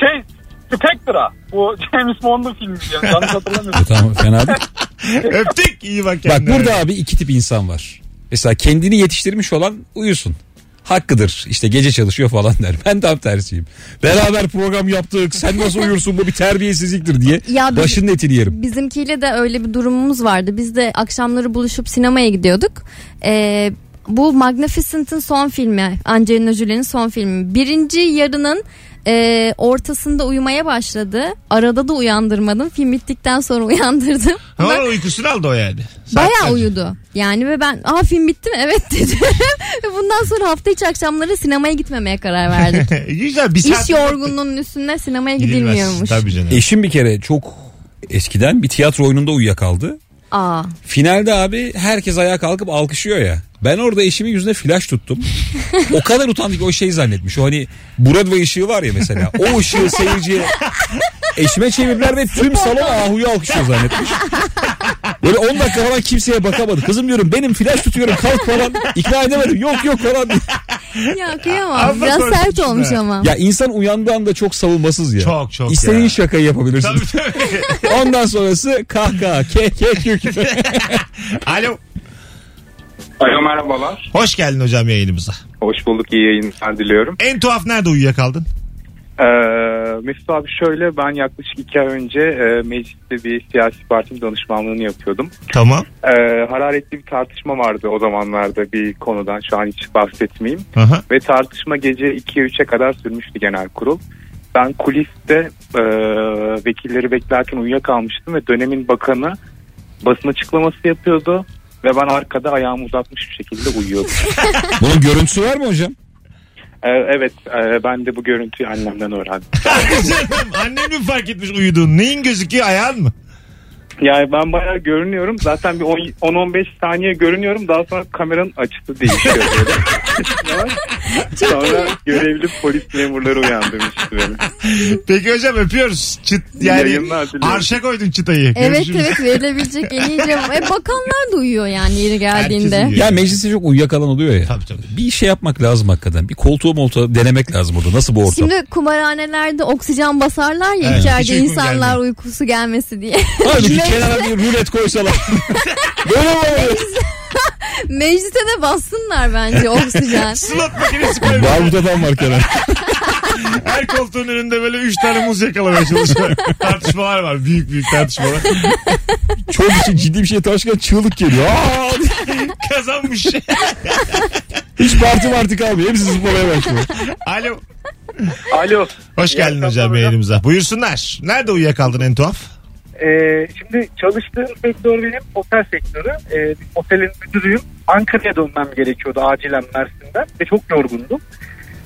S7: Şey Spectra. Bu <laughs> James Bond'un filmi. Yani.
S2: <laughs>
S7: Yanlış hatırlamıyorum.
S4: E, tamam fena değil.
S2: Öptük iyi bak
S4: Bak
S2: kendine.
S4: burada abi iki tip insan var. Mesela kendini yetiştirmiş olan uyusun. Hakkıdır işte gece çalışıyor falan der. Ben tam tersiyim. Beraber program yaptık sen nasıl uyursun bu bir terbiyesizliktir diye.
S3: Ya biz-
S4: Başının etini yerim.
S3: Bizimkiyle de öyle bir durumumuz vardı. Biz de akşamları buluşup sinemaya gidiyorduk. Ee, bu Magnificent'ın son filmi. Angelina Jolie'nin son filmi. Birinci yarının e, ortasında uyumaya başladı. Arada da uyandırmadım. Film bittikten sonra uyandırdım.
S2: Ha,
S3: Bak-
S2: onun uykusunu aldı o yani.
S3: Bayağı
S2: Saatlerce.
S3: uyudu. Yani ve ben aa film bitti mi? <laughs> Evet dedi. ve bundan sonra hafta içi akşamları sinemaya gitmemeye karar
S2: <laughs> <laughs>
S3: verdik.
S2: Güzel bir saat.
S3: İş yorgunluğunun üstüne sinemaya
S2: Gidilmez.
S3: gidilmiyormuş.
S2: Tabii canım.
S4: Eşim bir kere çok eskiden bir tiyatro oyununda uyuyakaldı.
S3: Aa.
S4: Finalde abi herkes ayağa kalkıp alkışlıyor ya. Ben orada eşimin yüzüne flash tuttum. o kadar utandı ki o şey zannetmiş. O hani Broadway ışığı var ya mesela. O ışığı seyirciye eşime çevirdiler ve tüm salon ahuyu alkışlıyor zannetmiş. Böyle 10 dakika falan kimseye bakamadı. Kızım diyorum benim flash tutuyorum kalk falan. İkna edemedim yok yok falan. diye.
S2: <laughs>
S3: Ya kıyamam.
S2: Amma
S3: Biraz sert
S2: korkmuşsun
S3: olmuş
S2: ha.
S3: ama.
S4: Ya insan uyandığı anda çok savunmasız ya.
S2: Çok, çok
S4: İstediğin
S2: ya.
S4: şakayı yapabilirsin.
S2: Tabii tabii.
S4: Ondan sonrası kahkaha ke ke kü
S2: <laughs>
S4: kü.
S2: Alo.
S9: Alo merhabalar.
S2: Hoş geldin hocam yayınımıza.
S9: Hoş bulduk iyi yayınlar diliyorum.
S2: En tuhaf nerede uyuyakaldın?
S9: Ee, Mesut abi şöyle ben yaklaşık iki ay önce e, mecliste bir siyasi partinin danışmanlığını yapıyordum.
S2: Tamam.
S9: Ee, hararetli bir tartışma vardı o zamanlarda bir konudan şu an hiç bahsetmeyeyim.
S2: Aha.
S9: Ve tartışma gece 2'ye 3'e kadar sürmüştü genel kurul. Ben kuliste e, vekilleri beklerken uyuyakalmıştım ve dönemin bakanı basın açıklaması yapıyordu. Ve ben arkada ayağımı uzatmış bir şekilde uyuyordum.
S4: Bunun görüntüsü var mı hocam?
S9: Ee, evet e, ben de bu görüntüyü annemden öğrendim.
S2: Canım annen mi fark etmiş uyuduğun? Neyin gözüküyor ayağın mı?
S9: Yani ben bayağı görünüyorum. Zaten bir 10-15 saniye görünüyorum. Daha sonra kameranın açısı değişiyor. böyle. sonra görevli polis memurları uyandırmıştı beni.
S2: Peki hocam öpüyoruz. Çıt yani
S9: Yayınlar diliyorum.
S2: arşa koydun çıtayı.
S3: Evet
S2: Görüşürüz.
S3: evet verilebilecek en iyi cevap. E, bakanlar da uyuyor yani yeri
S2: Herkes
S3: geldiğinde.
S2: uyuyor.
S4: Ya mecliste çok uyuyakalan oluyor ya.
S2: Tabii tabii.
S4: Bir şey yapmak lazım hakikaten. Bir koltuğu molta denemek lazım orada. Nasıl bu ortam?
S3: Şimdi kumarhanelerde oksijen basarlar ya
S2: Evet, hiç
S3: içeride
S2: uykum
S3: insanlar
S2: gelmiyor.
S3: uykusu gelmesi diye. <laughs>
S4: Halbuki kenara bir rulet koysalar. Böyle mi oluyor?
S3: Meclise de bassınlar bence
S2: <laughs>
S3: oksijen.
S2: Slot makinesi koymuş.
S4: Barbut adam var kenara.
S2: Her koltuğun önünde böyle 3 tane muz yakalamaya çalışıyor. tartışmalar var. Büyük büyük tartışmalar.
S4: Çok için ciddi bir şey taşkan çığlık geliyor. Aa!
S2: Kazanmış.
S4: Hiç parti marti kalmıyor. Hepsi zıplamaya başlıyor.
S2: Alo.
S5: Alo.
S2: Hoş
S5: İyi
S2: geldin
S5: akşamlar
S2: hocam
S5: hocam.
S2: yayınımıza. Buyursunlar. Nerede uyuyakaldın en tuhaf?
S5: Ee, şimdi çalıştığım sektör benim otel sektörü. Ee, bir otelin müdürüyüm. Ankara'ya dönmem gerekiyordu acilen Mersin'den ve çok yorgundum.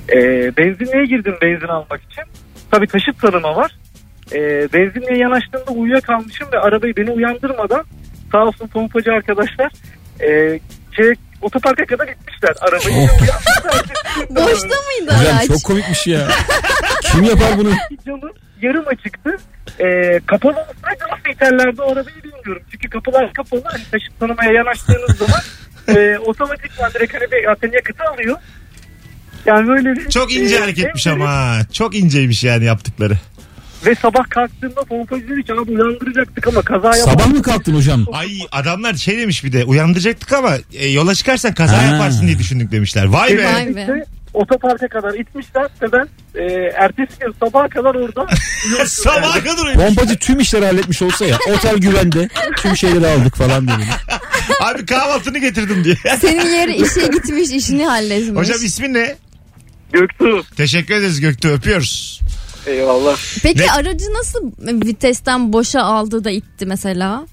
S5: Ee, benzinliğe girdim benzin almak için. Tabii taşıt tarıma var. Ee, benzinliğe yanaştığımda uyuyakalmışım ve arabayı beni uyandırmadan sağ olsun pompacı arkadaşlar e, şey, otoparka kadar gitmişler arabayı.
S3: Boşta mıydı
S4: Hocam
S3: araç?
S4: çok komikmiş ya. Kim yapar bunu?
S5: camı yarım açıktı. Ee, kapalı olsaydı nasıl iterlerdi o arabayı bilmiyorum. Çünkü kapılar kapalı. Hani taşıt tanımaya
S2: <laughs>
S5: yanaştığınız zaman e, otomatikman direkt hani bir atın yakıtı alıyor. Yani böyle bir...
S2: Çok ince
S5: e,
S2: hareketmiş
S5: hem-
S2: ama. ha. Çok inceymiş yani yaptıkları.
S5: Ve sabah kalktığımda pompacı dedi ki abi uyandıracaktık ama kaza yaptık.
S4: Sabah mı kalktın hocam?
S2: Ay adamlar şey demiş bir de uyandıracaktık ama e, yola çıkarsan kaza
S4: Ha.
S2: yaparsın diye düşündük demişler. Vay be.
S3: Vay be.
S5: Otoparka kadar itmişler ve ben e, ertesi gün sabaha kadar orada uyuyordum.
S2: <laughs> Sabaha kadar uyumuş.
S4: Pompacı tüm işleri halletmiş olsa ya. Otel güvende. Tüm şeyleri aldık falan diye.
S2: Abi kahvaltını getirdim diye.
S3: Senin yeri işe gitmiş işini halletmiş.
S2: Hocam ismin ne?
S5: Göktuğ.
S2: Teşekkür ederiz Göktuğ öpüyoruz.
S5: Eyvallah.
S3: Peki
S2: Ne-
S3: aracı nasıl vitesten boşa aldı da itti mesela?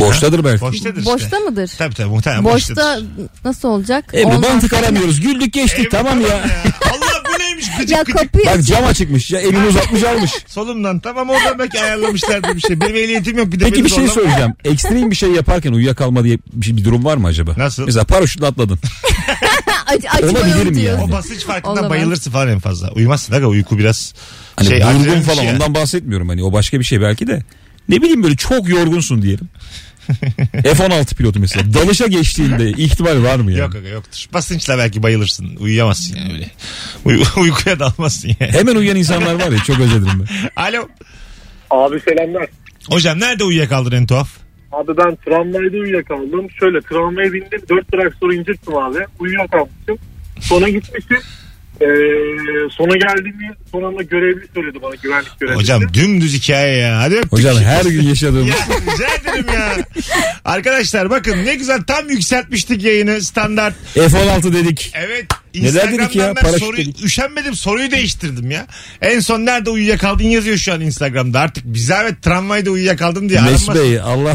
S4: Boştadır belki.
S2: Boştadır işte.
S3: Boşta mıdır?
S2: Tabii tabii muhtemelen
S3: Boşta
S2: boştadır.
S3: nasıl olacak?
S4: Ebru
S3: Olmaz.
S4: mantık E, aramıyoruz. Güldük geçtik
S2: Eyvah,
S4: tamam ya.
S2: Allah bu neymiş gıcık
S3: Ya
S2: gıcık.
S3: kapıyı
S4: Bak cam açıkmış. Ya elini uzatmış almış.
S2: Solumdan tamam oradan belki ayarlamışlardı bir şey. Benim ehliyetim yok bir de beni
S4: Peki bir şey
S2: zorlama. <laughs>
S4: söyleyeceğim. Ekstrem bir şey yaparken uyuyakalma diye bir, şey- bir durum var mı acaba?
S2: Nasıl?
S4: Mesela paraşütle atladın.
S3: aç, açmayı
S4: Olabilir mi
S3: unutuyor.
S4: yani?
S2: O basınç farkından
S3: Olamaz.
S2: bayılırsın falan en fazla. Uyumazsın aga uyku biraz
S4: Hani
S2: şey
S4: durgun
S2: adrenalin
S4: falan
S2: işi ya.
S4: ondan bahsetmiyorum hani o başka bir şey belki de. Ne bileyim böyle çok
S2: <laughs>
S4: yorgunsun diyelim. F-16 pilotu mesela. Dalışa geçtiğinde ihtimal var mı ya?
S2: Yok aga yoktur. Basınçla belki bayılırsın. Uyuyamazsın yani öyle. Uy- <laughs> uykuya dalmazsın yani.
S4: Hemen uyuyan insanlar var ya çok özledim ben.
S2: Alo.
S5: Abi selamlar.
S2: Hocam nerede uyuyakaldın en tuhaf?
S5: Abi ben tramvayda uyuyakaldım. Şöyle tramvaya bindim. Dört durak sonra incirttim abi. Uyuyakalmışım. Sonra gitmişim.
S10: Ee, sona geldiğimi son anda görevli söyledi bana güvenlik görevlisi.
S2: Hocam dümdüz hikaye ya. Hadi öptük.
S4: Hocam her gün yaşadığımız.
S2: Ya, rica ederim ya. Arkadaşlar bakın ne güzel tam yükseltmiştik yayını standart.
S4: F16 dedik.
S2: Evet.
S4: Neler
S2: Instagram'dan
S4: dedik ya?
S2: ben
S4: Paraşüt
S2: soruyu,
S4: dedik.
S2: üşenmedim soruyu değiştirdim ya. En son nerede uyuyakaldın yazıyor şu an Instagram'da. Artık bir zahmet tramvayda uyuyakaldım diye
S4: Mes
S2: aranmasın.
S4: Bey Allah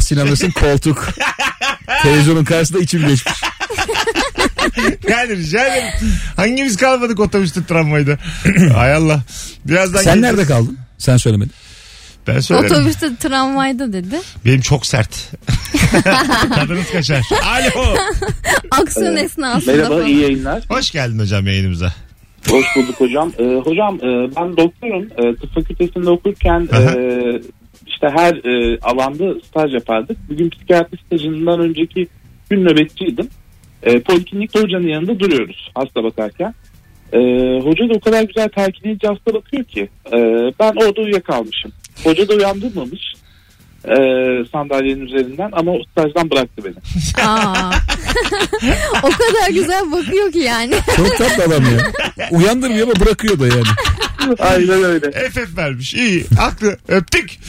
S2: <laughs>
S4: sinanlasın koltuk. Televizyonun karşısında içim geçmiş.
S2: Yani rica ederim. Hangimiz kalmadık otobüste
S4: <clears throat>
S2: tramvayda? Hay Allah. Birazdan
S4: Sen
S2: geleceğiz.
S4: nerede kaldın? Sen söylemedin.
S2: Ben söylerim.
S3: Otobüste tramvayda dedi.
S2: Benim çok sert. Tadınız kaçar. Alo.
S3: Aksiyon esnasında
S10: Merhaba
S3: falan.
S10: iyi yayınlar.
S2: Hoş geldin hocam yayınımıza.
S10: Hoş bulduk hocam. Ee, hocam e, ben doktorum. E, tıp fakültesinde okurken e,
S2: Aha.
S10: işte her e, alanda staj yapardık. Bugün psikiyatri stajından önceki gün nöbetçiydim. E, poliklinikte hocanın yanında duruyoruz hasta bakarken. E, hoca da o kadar güzel takip edici hasta bakıyor ki. e, ben orada uyuyakalmışım. Hoca da uyandırmamış e, sandalyenin üzerinden ama o stajdan bıraktı beni.
S3: Aa. <laughs> o kadar güzel bakıyor ki yani.
S4: Çok tatlı adam ya. Uyandırmıyor ama bırakıyor da yani.
S10: Aynen öyle.
S2: FF vermiş. İyi. Haklı. Öptük.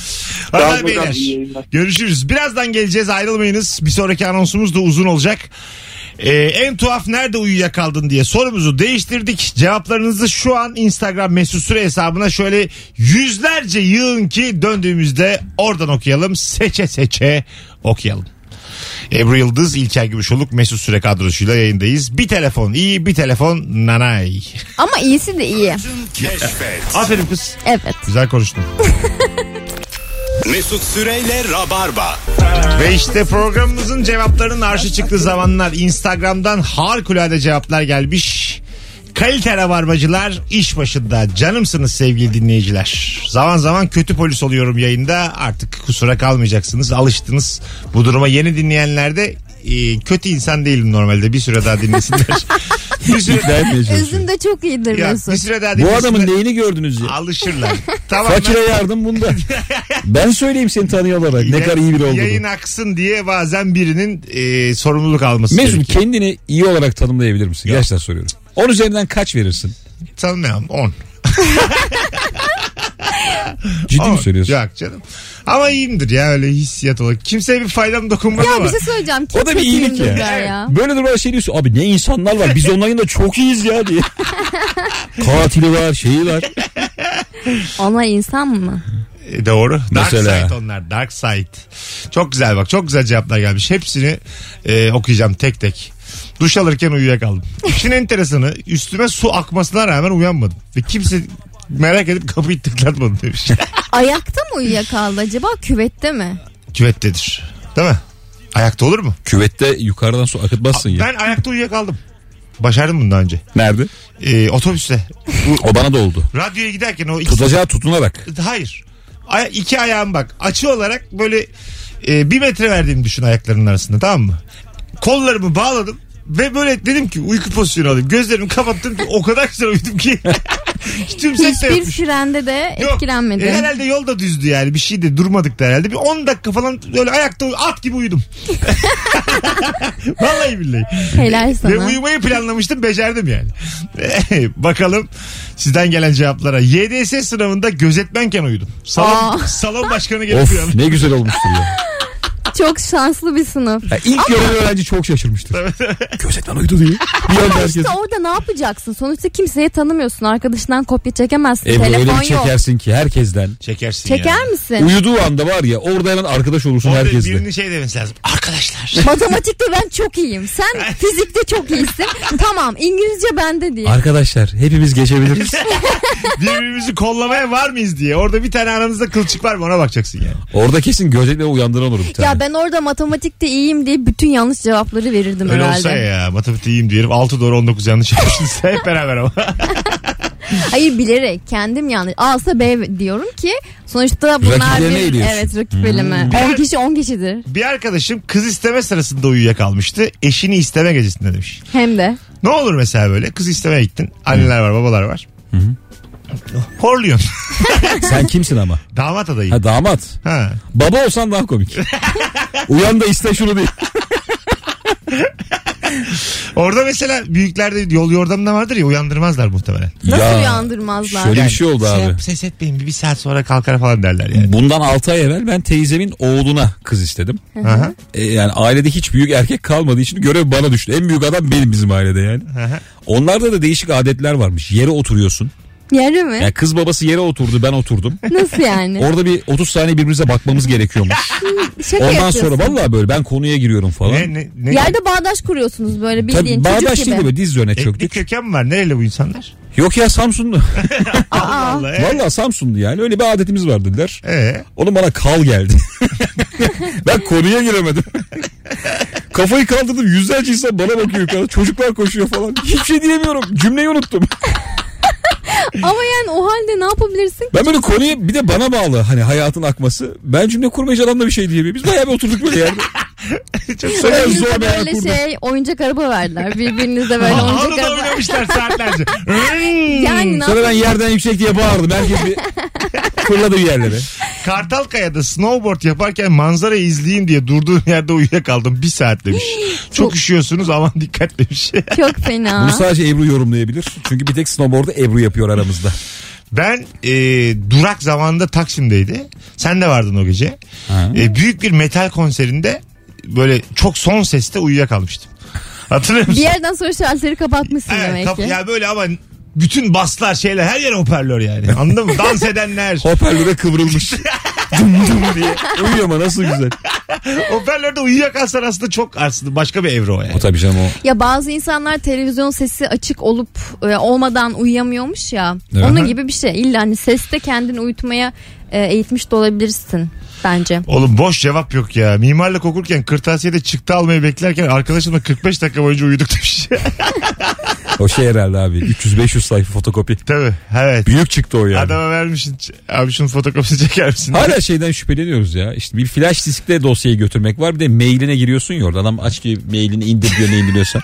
S10: Sağ
S2: Hanımlar
S10: olun hocam,
S2: beyler.
S10: iyi yayınlar.
S2: Görüşürüz. Birazdan geleceğiz. Ayrılmayınız. Bir sonraki anonsumuz da uzun olacak. Ee, en tuhaf nerede uyuyakaldın diye sorumuzu değiştirdik. Cevaplarınızı şu an Instagram mesut süre hesabına şöyle yüzlerce yığın ki döndüğümüzde oradan okuyalım. Seçe seçe okuyalım. Ebru Yıldız, İlker Gümüşoluk, Mesut Süre kadrosuyla yayındayız. Bir telefon iyi, bir telefon nanay.
S3: Ama iyisi de iyi.
S1: Keşfet.
S2: Aferin kız.
S3: Evet.
S2: Güzel konuştun.
S1: Mesut Süreyle Rabarba.
S2: Ve işte programımızın cevaplarının arşı çıktığı zamanlar Instagram'dan harikulade cevaplar gelmiş. Kalite rabarbacılar iş başında. Canımsınız sevgili dinleyiciler. Zaman zaman kötü polis oluyorum yayında. Artık kusura kalmayacaksınız. Alıştınız bu duruma. Yeni dinleyenler de e, kötü insan değilim normalde. Bir süre daha dinlesinler. bir süre,
S4: İkna etmeye çalışıyor.
S3: Özün de çok iyidir
S2: ya,
S3: Mesut.
S2: bir süre daha
S4: Bu
S2: dinlesinler.
S4: adamın neyini gördünüz ya? <laughs>
S2: Alışırlar. Tamam.
S4: Fakire
S2: <laughs>
S4: yardım bunda. Ben söyleyeyim seni tanıyorlar. Ne kadar iyi biri
S2: Yayın
S4: olduğunu.
S2: aksın diye bazen birinin e, sorumluluk alması
S4: Mesut
S2: gerekiyor.
S4: kendini iyi olarak tanımlayabilir misin?
S2: Yok.
S4: Gerçekten soruyorum. 10 üzerinden kaç verirsin?
S2: Tanımıyorum 10.
S4: Ciddi
S2: On.
S4: mi söylüyorsun?
S2: Yok canım. Ama iyiyimdir ya öyle hissiyat olarak. Kimseye bir faydam dokunmadı
S3: Ya
S2: ama.
S3: bir şey söyleyeceğim. Kim
S4: O da bir iyilik ya.
S3: kötüyümdür der ya.
S4: Böyle durumda şey diyorsun. Abi ne insanlar var. Biz onların da çok iyiyiz
S2: <laughs>
S4: ya diye. Katili var, şeyi var.
S3: Ona insan mı?
S2: E, doğru. Dark
S4: Mesela.
S2: Side onlar. Dark Side. Çok güzel bak. Çok güzel cevaplar gelmiş. Hepsini e, okuyacağım tek tek. Duş alırken uyuyakaldım. İşin <laughs> enteresanı üstüme su akmasına rağmen uyanmadım. Ve kimse merak edip kapıyı tıklatmadı
S4: <laughs>
S2: demiş.
S3: Ayakta mı uyuyakaldı acaba? Küvette mi?
S2: Küvettedir. Değil mi? Ayakta olur mu?
S4: Küvette yukarıdan su akıtmazsın ya.
S2: Ben ayakta uyuyakaldım. Başardım bunu daha önce.
S4: Nerede?
S2: E, otobüste.
S4: O bana da oldu.
S2: Radyoya giderken o iki
S4: Tutacağı tutunarak.
S2: Hayır. Ay- iki ayağım bak. Açı olarak böyle e, bir metre verdiğimi düşün ayaklarının arasında tamam mı? Kollarımı bağladım ve böyle dedim ki uyku pozisyonu alayım. Gözlerimi kapattım ki o kadar güzel uyudum ki. <laughs> Hiç tümsek de
S3: Hiçbir
S2: yokmuş.
S3: frende de
S2: şey Yok.
S3: etkilenmedi.
S2: E, herhalde yol da düzdü yani bir şey de durmadık da herhalde. Bir 10 dakika falan böyle ayakta at gibi
S3: <laughs>
S2: uyudum. <laughs> Vallahi billahi.
S3: Helal
S2: Ve
S3: sana.
S2: uyumayı planlamıştım becerdim yani. E, Bakalım sizden gelen cevaplara. YDS sınavında gözetmenken uyudum. Salon,
S3: Aa. <laughs>
S2: salon başkanı gelip
S4: Of
S2: uyandı.
S4: ne güzel olmuştur ya.
S3: Çok şanslı bir sınıf.
S4: ya ilk gören öğrenci
S2: <laughs>
S4: çok şaşırmıştır. Gözetmen uydu diye. Bir anda herkes.
S3: İşte orada ne yapacaksın? Sonuçta kimseyi tanımıyorsun. Arkadaşından kopya çekemezsin.
S4: Ebru öyle
S3: Telefon
S4: bir
S3: yok.
S4: çekersin ki herkesten.
S2: Çekersin
S3: Çeker
S2: ya.
S3: misin?
S4: Uyuduğu anda var ya orada hemen arkadaş olursun
S2: Orada
S4: herkesle.
S2: birinin şey demesi lazım. Arkadaşlar.
S3: Matematikte ben çok
S2: <laughs>
S3: iyiyim. Sen fizikte çok iyisin. tamam İngilizce bende diye.
S4: Arkadaşlar
S3: <laughs>
S4: hepimiz geçebiliriz.
S2: Birbirimizi kollamaya var mıyız diye. Orada bir tane aranızda kılçık var mı ona bakacaksın yani.
S4: Orada kesin gözetme uyandıran olur bir tane.
S3: ya ben orada matematikte iyiyim diye bütün yanlış cevapları verirdim
S2: Öyle
S3: herhalde.
S2: olsa ya matematik iyiyim diyelim. 6 doğru 19 yanlış yapmışsınız. <laughs> Hep beraber ama.
S3: Hayır bilerek kendim yanlış. A ise B diyorum ki sonuçta bunlar
S4: Rakiplerine Hmm.
S3: bir
S4: eğiliyorsun.
S3: evet rakip elime. 10 kişi 10 kişidir
S2: bir arkadaşım kız isteme sırasında uyuyakalmıştı. Eşini isteme gecesinde demiş.
S3: hem de.
S2: Ne olur mesela böyle kız istemeye gittin. Anneler var babalar var. Horluyorsun. <laughs>
S4: Sen kimsin ama?
S2: Damat adayı.
S4: Ha damat.
S2: Ha.
S4: Baba
S3: <laughs>
S4: olsan daha komik. Uyan da iste şunu diye.
S2: Orada mesela büyüklerde yol yordamında vardır ya uyandırmazlar muhtemelen.
S3: Nasıl
S4: Ya,
S3: uyandırmazlar?
S4: şöyle- bir şey oldu
S2: şey
S4: abi.
S2: yap- ses etmeyin bir, bir saat sonra kalkar falan derler yani.
S4: Bundan 6 ay evvel ben teyzemin oğluna kız istedim.
S2: Aha,
S4: E, yani ailede hiç büyük erkek kalmadığı için görev bana düştü. En büyük adam benim bizim ailede yani.
S2: aha.
S4: Onlarda da değişik adetler varmış. Yere oturuyorsun.
S3: Yeri mi?
S4: Yani kız babası yere oturdu ben oturdum.
S3: Nasıl yani?
S4: Orada bir 30 saniye birbirimize bakmamız gerekiyormuş.
S3: Şaka
S4: Ondan
S3: yapıyorsun.
S4: sonra vallahi böyle ben konuya giriyorum falan.
S2: Ne, ne, ne?
S3: Yerde bağdaş kuruyorsunuz böyle bildiğin
S4: Tabii
S3: çocuk
S4: bağdaş
S3: gibi.
S4: değil de böyle diz üzerine
S2: Etnik
S4: çöktük.
S2: köken mi var? Nereli bu insanlar?
S4: Yok ya Samsunlu. Ah.
S3: Aa,
S2: Vallahi.
S4: Vallahi Samsunlu yani. Öyle bir adetimiz var dediler.
S2: Ee,
S4: Onun bana kal geldi. <laughs> ben konuya giremedim. <laughs> Kafayı kaldırdım. Yüzlerce insan bana bakıyor yukarıda. Çocuklar koşuyor falan. Hiçbir şey diyemiyorum. Cümleyi unuttum.
S3: ama yani o halde ne yapabilirsin?
S4: Ben böyle konuya bir de bana bağlı hani hayatın akması. Ben cümle kurmayacağım adamla bir şey diyemiyor. Biz bayağı bir oturduk böyle yerde.
S2: çok saçma.
S4: Sonra Bayağı
S3: Önünüze
S4: zor bir hayal
S3: böyle
S4: kurdum.
S3: şey oyuncak araba verdiler. Birbirinize böyle
S2: Onu
S3: oyuncak
S2: da
S3: araba.
S2: oynamışlar
S4: <laughs>
S2: saatlerce. Hmm.
S3: Yani ne
S4: Sonra ben yerden yüksek diye bağırdım. Herkes bir fırladı bir yerlere.
S2: Kartalkaya'da snowboard yaparken manzarayı izleyeyim diye durduğum yerde uyuyakaldım. Bir saat
S3: <gasps>
S2: demiş. Çok üşüyorsunuz aman şey. dikkat demiş.
S3: Çok fena.
S4: Bunu sadece Ebru yorumlayabilir. Çünkü bir tek snowboard'u Ebru yapıyor aramızda.
S2: <laughs> Ben e, durak zamanında Taksim'deydi. Sen de vardın o gece.
S4: Ha.
S2: E, büyük bir metal konserinde böyle çok son seste uyuyakalmıştım. Hatırlıyor
S3: Bir
S2: musun?
S3: yerden sonra şalteri kapatmışsın
S2: Evet,
S3: demek
S2: kap-
S3: ki.
S2: ya böyle ama bütün baslar şeyler her yer hoparlör yani. Anladın mı? Dans edenler.
S3: <laughs>
S4: Hoparlöre kıvrılmış. dum dum diye. Uyuyor ama nasıl güzel.
S2: Hoparlörde uyuyakalsan aslında çok aslında başka bir evre o yani.
S4: O tabii canım o.
S3: Ya bazı insanlar televizyon sesi açık olup e, olmadan uyuyamıyormuş ya.
S4: Evet.
S3: Onun gibi bir şey. İlla hani seste kendini uyutmaya e, eğitmiş de olabilirsin bence.
S2: Oğlum boş cevap yok ya. Mimarlık okurken kırtasiyede çıktı almayı beklerken arkadaşımla 45 dakika boyunca uyuduk <laughs> demiş.
S4: O şey herhalde abi. 300-500 sayfa fotokopi.
S2: Tabii evet.
S4: Büyük çıktı o yani.
S2: Adama vermişsin. Ç- Abi şunun fotokopisini çeker misin?
S4: Hala şeyden şüpheleniyoruz ya. İşte bir flash diskte dosyayı götürmek var. Bir de mailine giriyorsun ya orada. Adam aç ki mailini indir diyor ne indiriyorsa.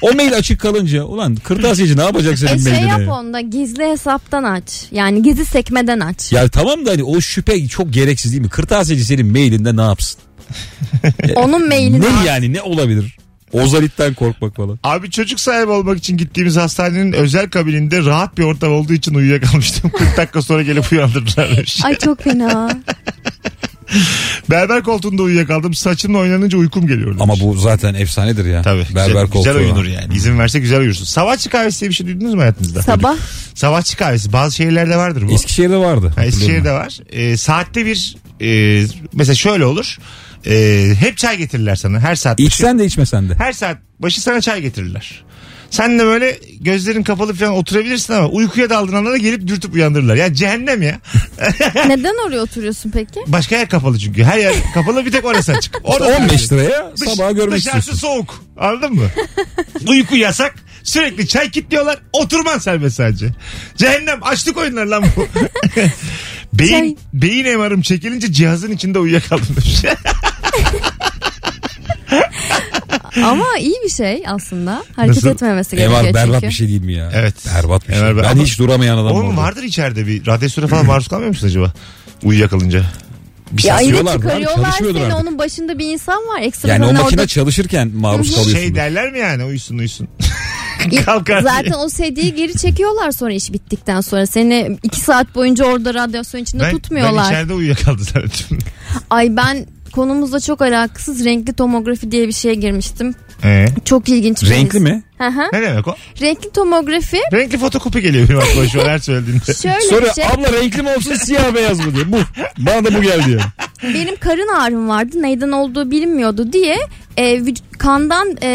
S4: O mail açık kalınca ulan kırtasiyeci ne yapacak
S3: E
S4: senin
S3: şey yap
S4: mailini?
S3: onda gizli hesaptan aç. Yani gizli sekmeden aç.
S4: Ya tamam da hani o şüphe çok gereksiz değil mi? Kırtasiyeci senin mailinde ne yapsın?
S3: Onun mailini
S4: ne
S3: aç.
S4: yani ne olabilir? Ozalit'ten korkmak falan.
S2: Abi çocuk sahibi olmak için gittiğimiz hastanenin özel kabininde rahat bir ortam olduğu için uyuyakalmıştım. <laughs> 40 dakika sonra gelip uyandırdılar.
S3: <laughs>
S2: demiş.
S3: Ay çok
S4: <laughs>
S3: fena.
S2: Berber koltuğunda uyuyakaldım. Saçımla oynanınca uykum geliyor. demiş.
S4: Ama bu zaten efsanedir ya.
S2: Tabii.
S4: Berber
S2: güzel, güzel
S4: koltuğu.
S2: uyunur yani. İzin verse güzel uyursun. Savaşçı kahvesi diye bir şey duydunuz mu hayatınızda?
S3: Sabah
S2: Savaşçı kahvesi. Bazı şehirlerde vardır bu.
S4: Eskişehir'de vardı.
S2: Ha, Eskişehir'de var. Ee, saatte bir e, mesela şöyle olur. Ee, hep çay getirirler sana her saat. başı.
S4: İçsen de içmesen de.
S2: Her saat başı sana çay getirirler. Sen de böyle gözlerin kapalı falan oturabilirsin ama uykuya daldığın anda da gelip dürtüp uyandırırlar. Ya cehennem ya.
S3: neden oraya oturuyorsun peki?
S2: Başka yer kapalı çünkü. Her yer kapalı bir tek orası açık. Orada
S4: <laughs>
S2: şey-
S4: İşte 15 liraya
S2: Dış-
S4: sabaha görmek
S2: Dışarısı
S4: istiyorsun.
S2: soğuk. Anladın mı? Uyku yasak. Sürekli çay kitliyorlar. Oturman serbest sadece. Cehennem açlık oyunları lan bu. beyin,
S3: Çay.
S2: beyin emarım çekilince cihazın içinde uyuyakaldım. demiş.
S3: Ama iyi bir şey aslında. Hareket
S2: Nasıl?
S3: etmemesi gerekiyor
S4: Evar berbat
S3: çünkü.
S4: bir şey değil mi ya?
S2: Evet.
S4: Berbat bir şey.
S2: Evar ber-
S4: ben
S2: Ama-
S4: hiç duramayan adam
S2: Onun vardır içeride bir radyasyona falan maruz kalmıyor musun acaba? Uyuyakalınca.
S4: Bir
S3: Ya yine
S4: sarsıyorlardı abi,
S3: çıkarıyorlar
S4: çalışıyordur
S3: seni
S4: artık.
S3: onun başında bir insan var. Ekstra
S4: Yani o
S3: sana
S4: makine
S3: orada
S4: çalışırken maruz kalıyorsun.
S2: Şey derler mi yani uyusun uyusun. Kalkar
S3: Zaten o sediyi geri çekiyorlar sonra iş bittikten sonra. Seni iki saat boyunca orada radyasyon içinde
S2: Ben, ben
S3: tutmuyorlar.
S2: içeride uyuyakaldı zannettim.
S3: Ay ben konumuzla çok alakasız renkli tomografi diye bir şeye girmiştim.
S2: Ee,
S3: Çok ilginç. bir
S4: Renkli
S3: his.
S4: mi?
S3: Hı hı.
S2: ne demek o?
S3: Renkli tomografi
S2: Renkli fotokopi geliyor benim aklıma şu an her
S4: E,
S2: söylediğinde.
S3: şöyle bir
S4: Sonra
S3: şey.
S4: abla renkli mi olsun siyah beyaz
S3: <laughs>
S4: mı diye. Bu. Bana da bu geldi ya.
S3: Benim karın ağrım vardı. Neyden olduğu bilinmiyordu diye e, vüc- kandan e,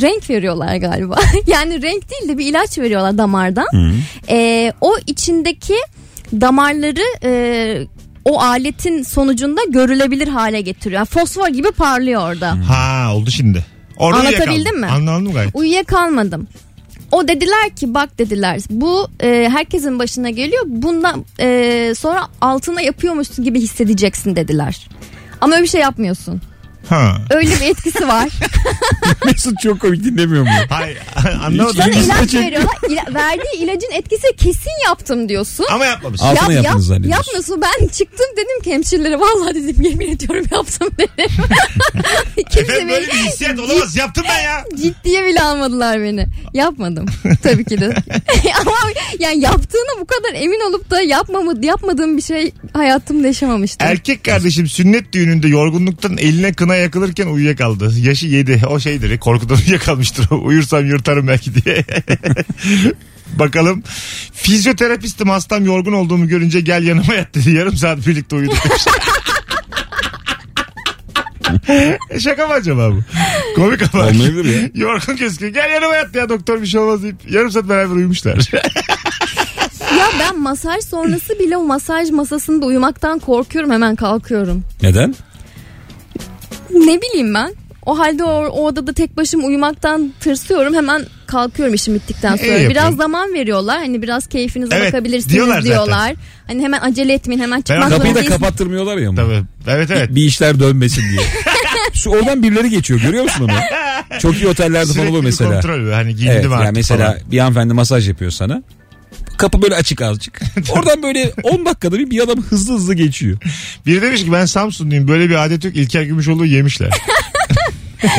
S3: renk veriyorlar galiba. <laughs> yani renk değil de bir ilaç veriyorlar damardan. E, o içindeki damarları e, o aletin sonucunda görülebilir hale getiriyor. Yani fosfor gibi parlıyor orada.
S2: Ha oldu şimdi. Orada
S3: Anlatabildim
S2: uyuyakaldım.
S3: mi?
S2: Anladım gayet.
S3: Uyuyakalmadım. O dediler ki bak dediler bu e, herkesin başına geliyor. Bundan e, sonra altına yapıyormuşsun gibi hissedeceksin dediler. Ama öyle bir şey yapmıyorsun.
S2: Ha.
S3: Öyle bir etkisi
S4: <laughs>
S3: var.
S4: Mesut çok komik dinlemiyor mu?
S2: Hayır <laughs> anlamadım.
S3: Sana
S4: Hiç kimse
S3: ilaç
S4: çekmiyor.
S3: veriyorlar. İla- verdiği ilacın etkisi kesin yaptım diyorsun.
S2: Ama yapmamışsın.
S4: Altına yaptınız zannediyorsun.
S3: yapmıyorsun. Ben çıktım dedim ki hemşirelere vallahi dedim yemin ediyorum yaptım <laughs>
S4: <laughs>
S3: dedim. Kimse
S2: Efendim
S3: beni
S2: böyle bir hissiyat olamaz. Yaptım ben ya.
S3: ciddiye bile almadılar beni. Yapmadım tabii ki de. <laughs> Ama yani yaptığına bu kadar emin olup da yapmamı, yapmadığım bir şey hayatımda yaşamamıştım.
S2: Erkek kardeşim sünnet düğününde yorgunluktan eline kına yakılırken uyuyakaldı. Yaşı 7. O şeydir. Korkudan uyuyakalmıştır. o. Uyursam yırtarım belki diye. Bakalım. Fizyoterapistim hastam yorgun olduğumu görünce gel yanıma yat dedi. Yarım saat birlikte uyuduk. demiş. Şaka mı acaba bu? Komik ama.
S4: Olmayabilir ya.
S2: Yorgun gözüküyor. Gel yanıma yat ya doktor bir şey olmaz deyip yarım saat beraber uyumuşlar.
S3: Ya ben masaj sonrası bile o masaj masasında uyumaktan korkuyorum hemen kalkıyorum.
S4: Neden?
S3: Ne bileyim ben. O halde o, o odada tek başım uyumaktan tırsıyorum. Hemen kalkıyorum işim bittikten sonra.
S2: yapıyorsun.
S3: biraz zaman veriyorlar. Hani biraz keyfinize
S2: Evet,
S3: bakabilirsiniz
S2: diyorlar
S3: diyorlar.
S2: zaten.
S3: Hani hemen acele etmeyin. Hemen çıkmak
S4: Kapıyı
S3: zorunda
S4: da
S3: değilsiniz.
S4: kapattırmıyorlar ya. ama.
S2: Tabii. Evet evet.
S4: Bir işler dönmesin
S3: <laughs>
S4: diye. Şu oradan birileri geçiyor görüyor
S2: <laughs>
S4: musun onu? Çok iyi otellerde falan
S2: Sürekli
S4: oluyor
S2: bir
S4: mesela.
S2: kontrol böyle. Hani giyindim
S4: Evet, yani
S2: artık
S4: mesela
S2: falan.
S4: bir hanımefendi masaj yapıyor sana. Kapı böyle açık <laughs> azıcık. Oradan böyle 10 dakikada bir, bir adam hızlı hızlı geçiyor.
S2: Biri demiş ki ben Samsunluyum böyle bir adet yok İlker Gümüşoğlu yemişler. <laughs>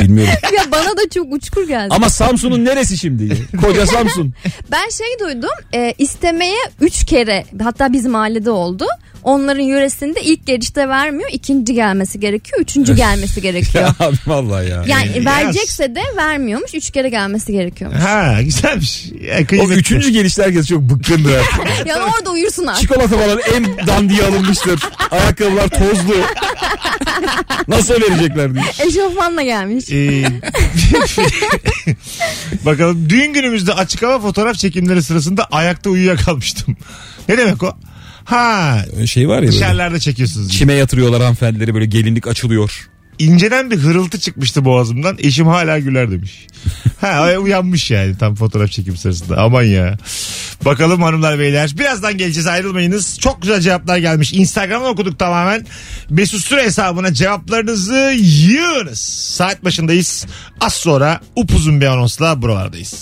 S4: Bilmiyorum.
S3: Ya bana da çok uçkur geldi.
S4: Ama Samsun'un neresi <laughs> şimdi? Koca Samsun.
S3: Ben şey duydum e, istemeye 3 kere hatta bizim mahallede oldu. Onların yöresinde ilk gelişte vermiyor. ikinci gelmesi gerekiyor. Üçüncü gelmesi gerekiyor.
S4: ya abi vallahi ya.
S3: Yani
S2: Yes.
S3: verecekse de vermiyormuş. Üç kere
S2: <laughs>
S3: gelmesi gerekiyormuş.
S2: ha güzelmiş. Ya,
S4: o
S2: kıymetli.
S4: üçüncü gelişte herkes çok bıkkındı.
S3: <laughs> ya orada uyursun artık.
S4: Çikolata falan en dandiye alınmıştır. Ayakkabılar tozlu. Nasıl verecekler diye.
S3: Eşofmanla gelmiş.
S2: Ee, <laughs> bakalım düğün günümüzde açık hava fotoğraf çekimleri sırasında ayakta uyuyakalmıştım. <laughs> Ne demek o? Ha
S4: Şey var ya böyle.
S2: dışarılarda çekiyorsunuz.
S4: Çime yatırıyorlar hanımefendileri böyle gelinlik açılıyor.
S2: İnceden bir hırıltı çıkmıştı boğazımdan. Eşim hala güler demiş. Ha o uyanmış yani tam fotoğraf çekim sırasında. Aman ya. Bakalım hanımlar beyler. Birazdan geleceğiz ayrılmayınız. Çok güzel cevaplar gelmiş. Instagram'dan okuduk tamamen. Mesut Süre hesabına cevaplarınızı yığınız. Saat başındayız. Az sonra upuzun bir anonsla buralardayız.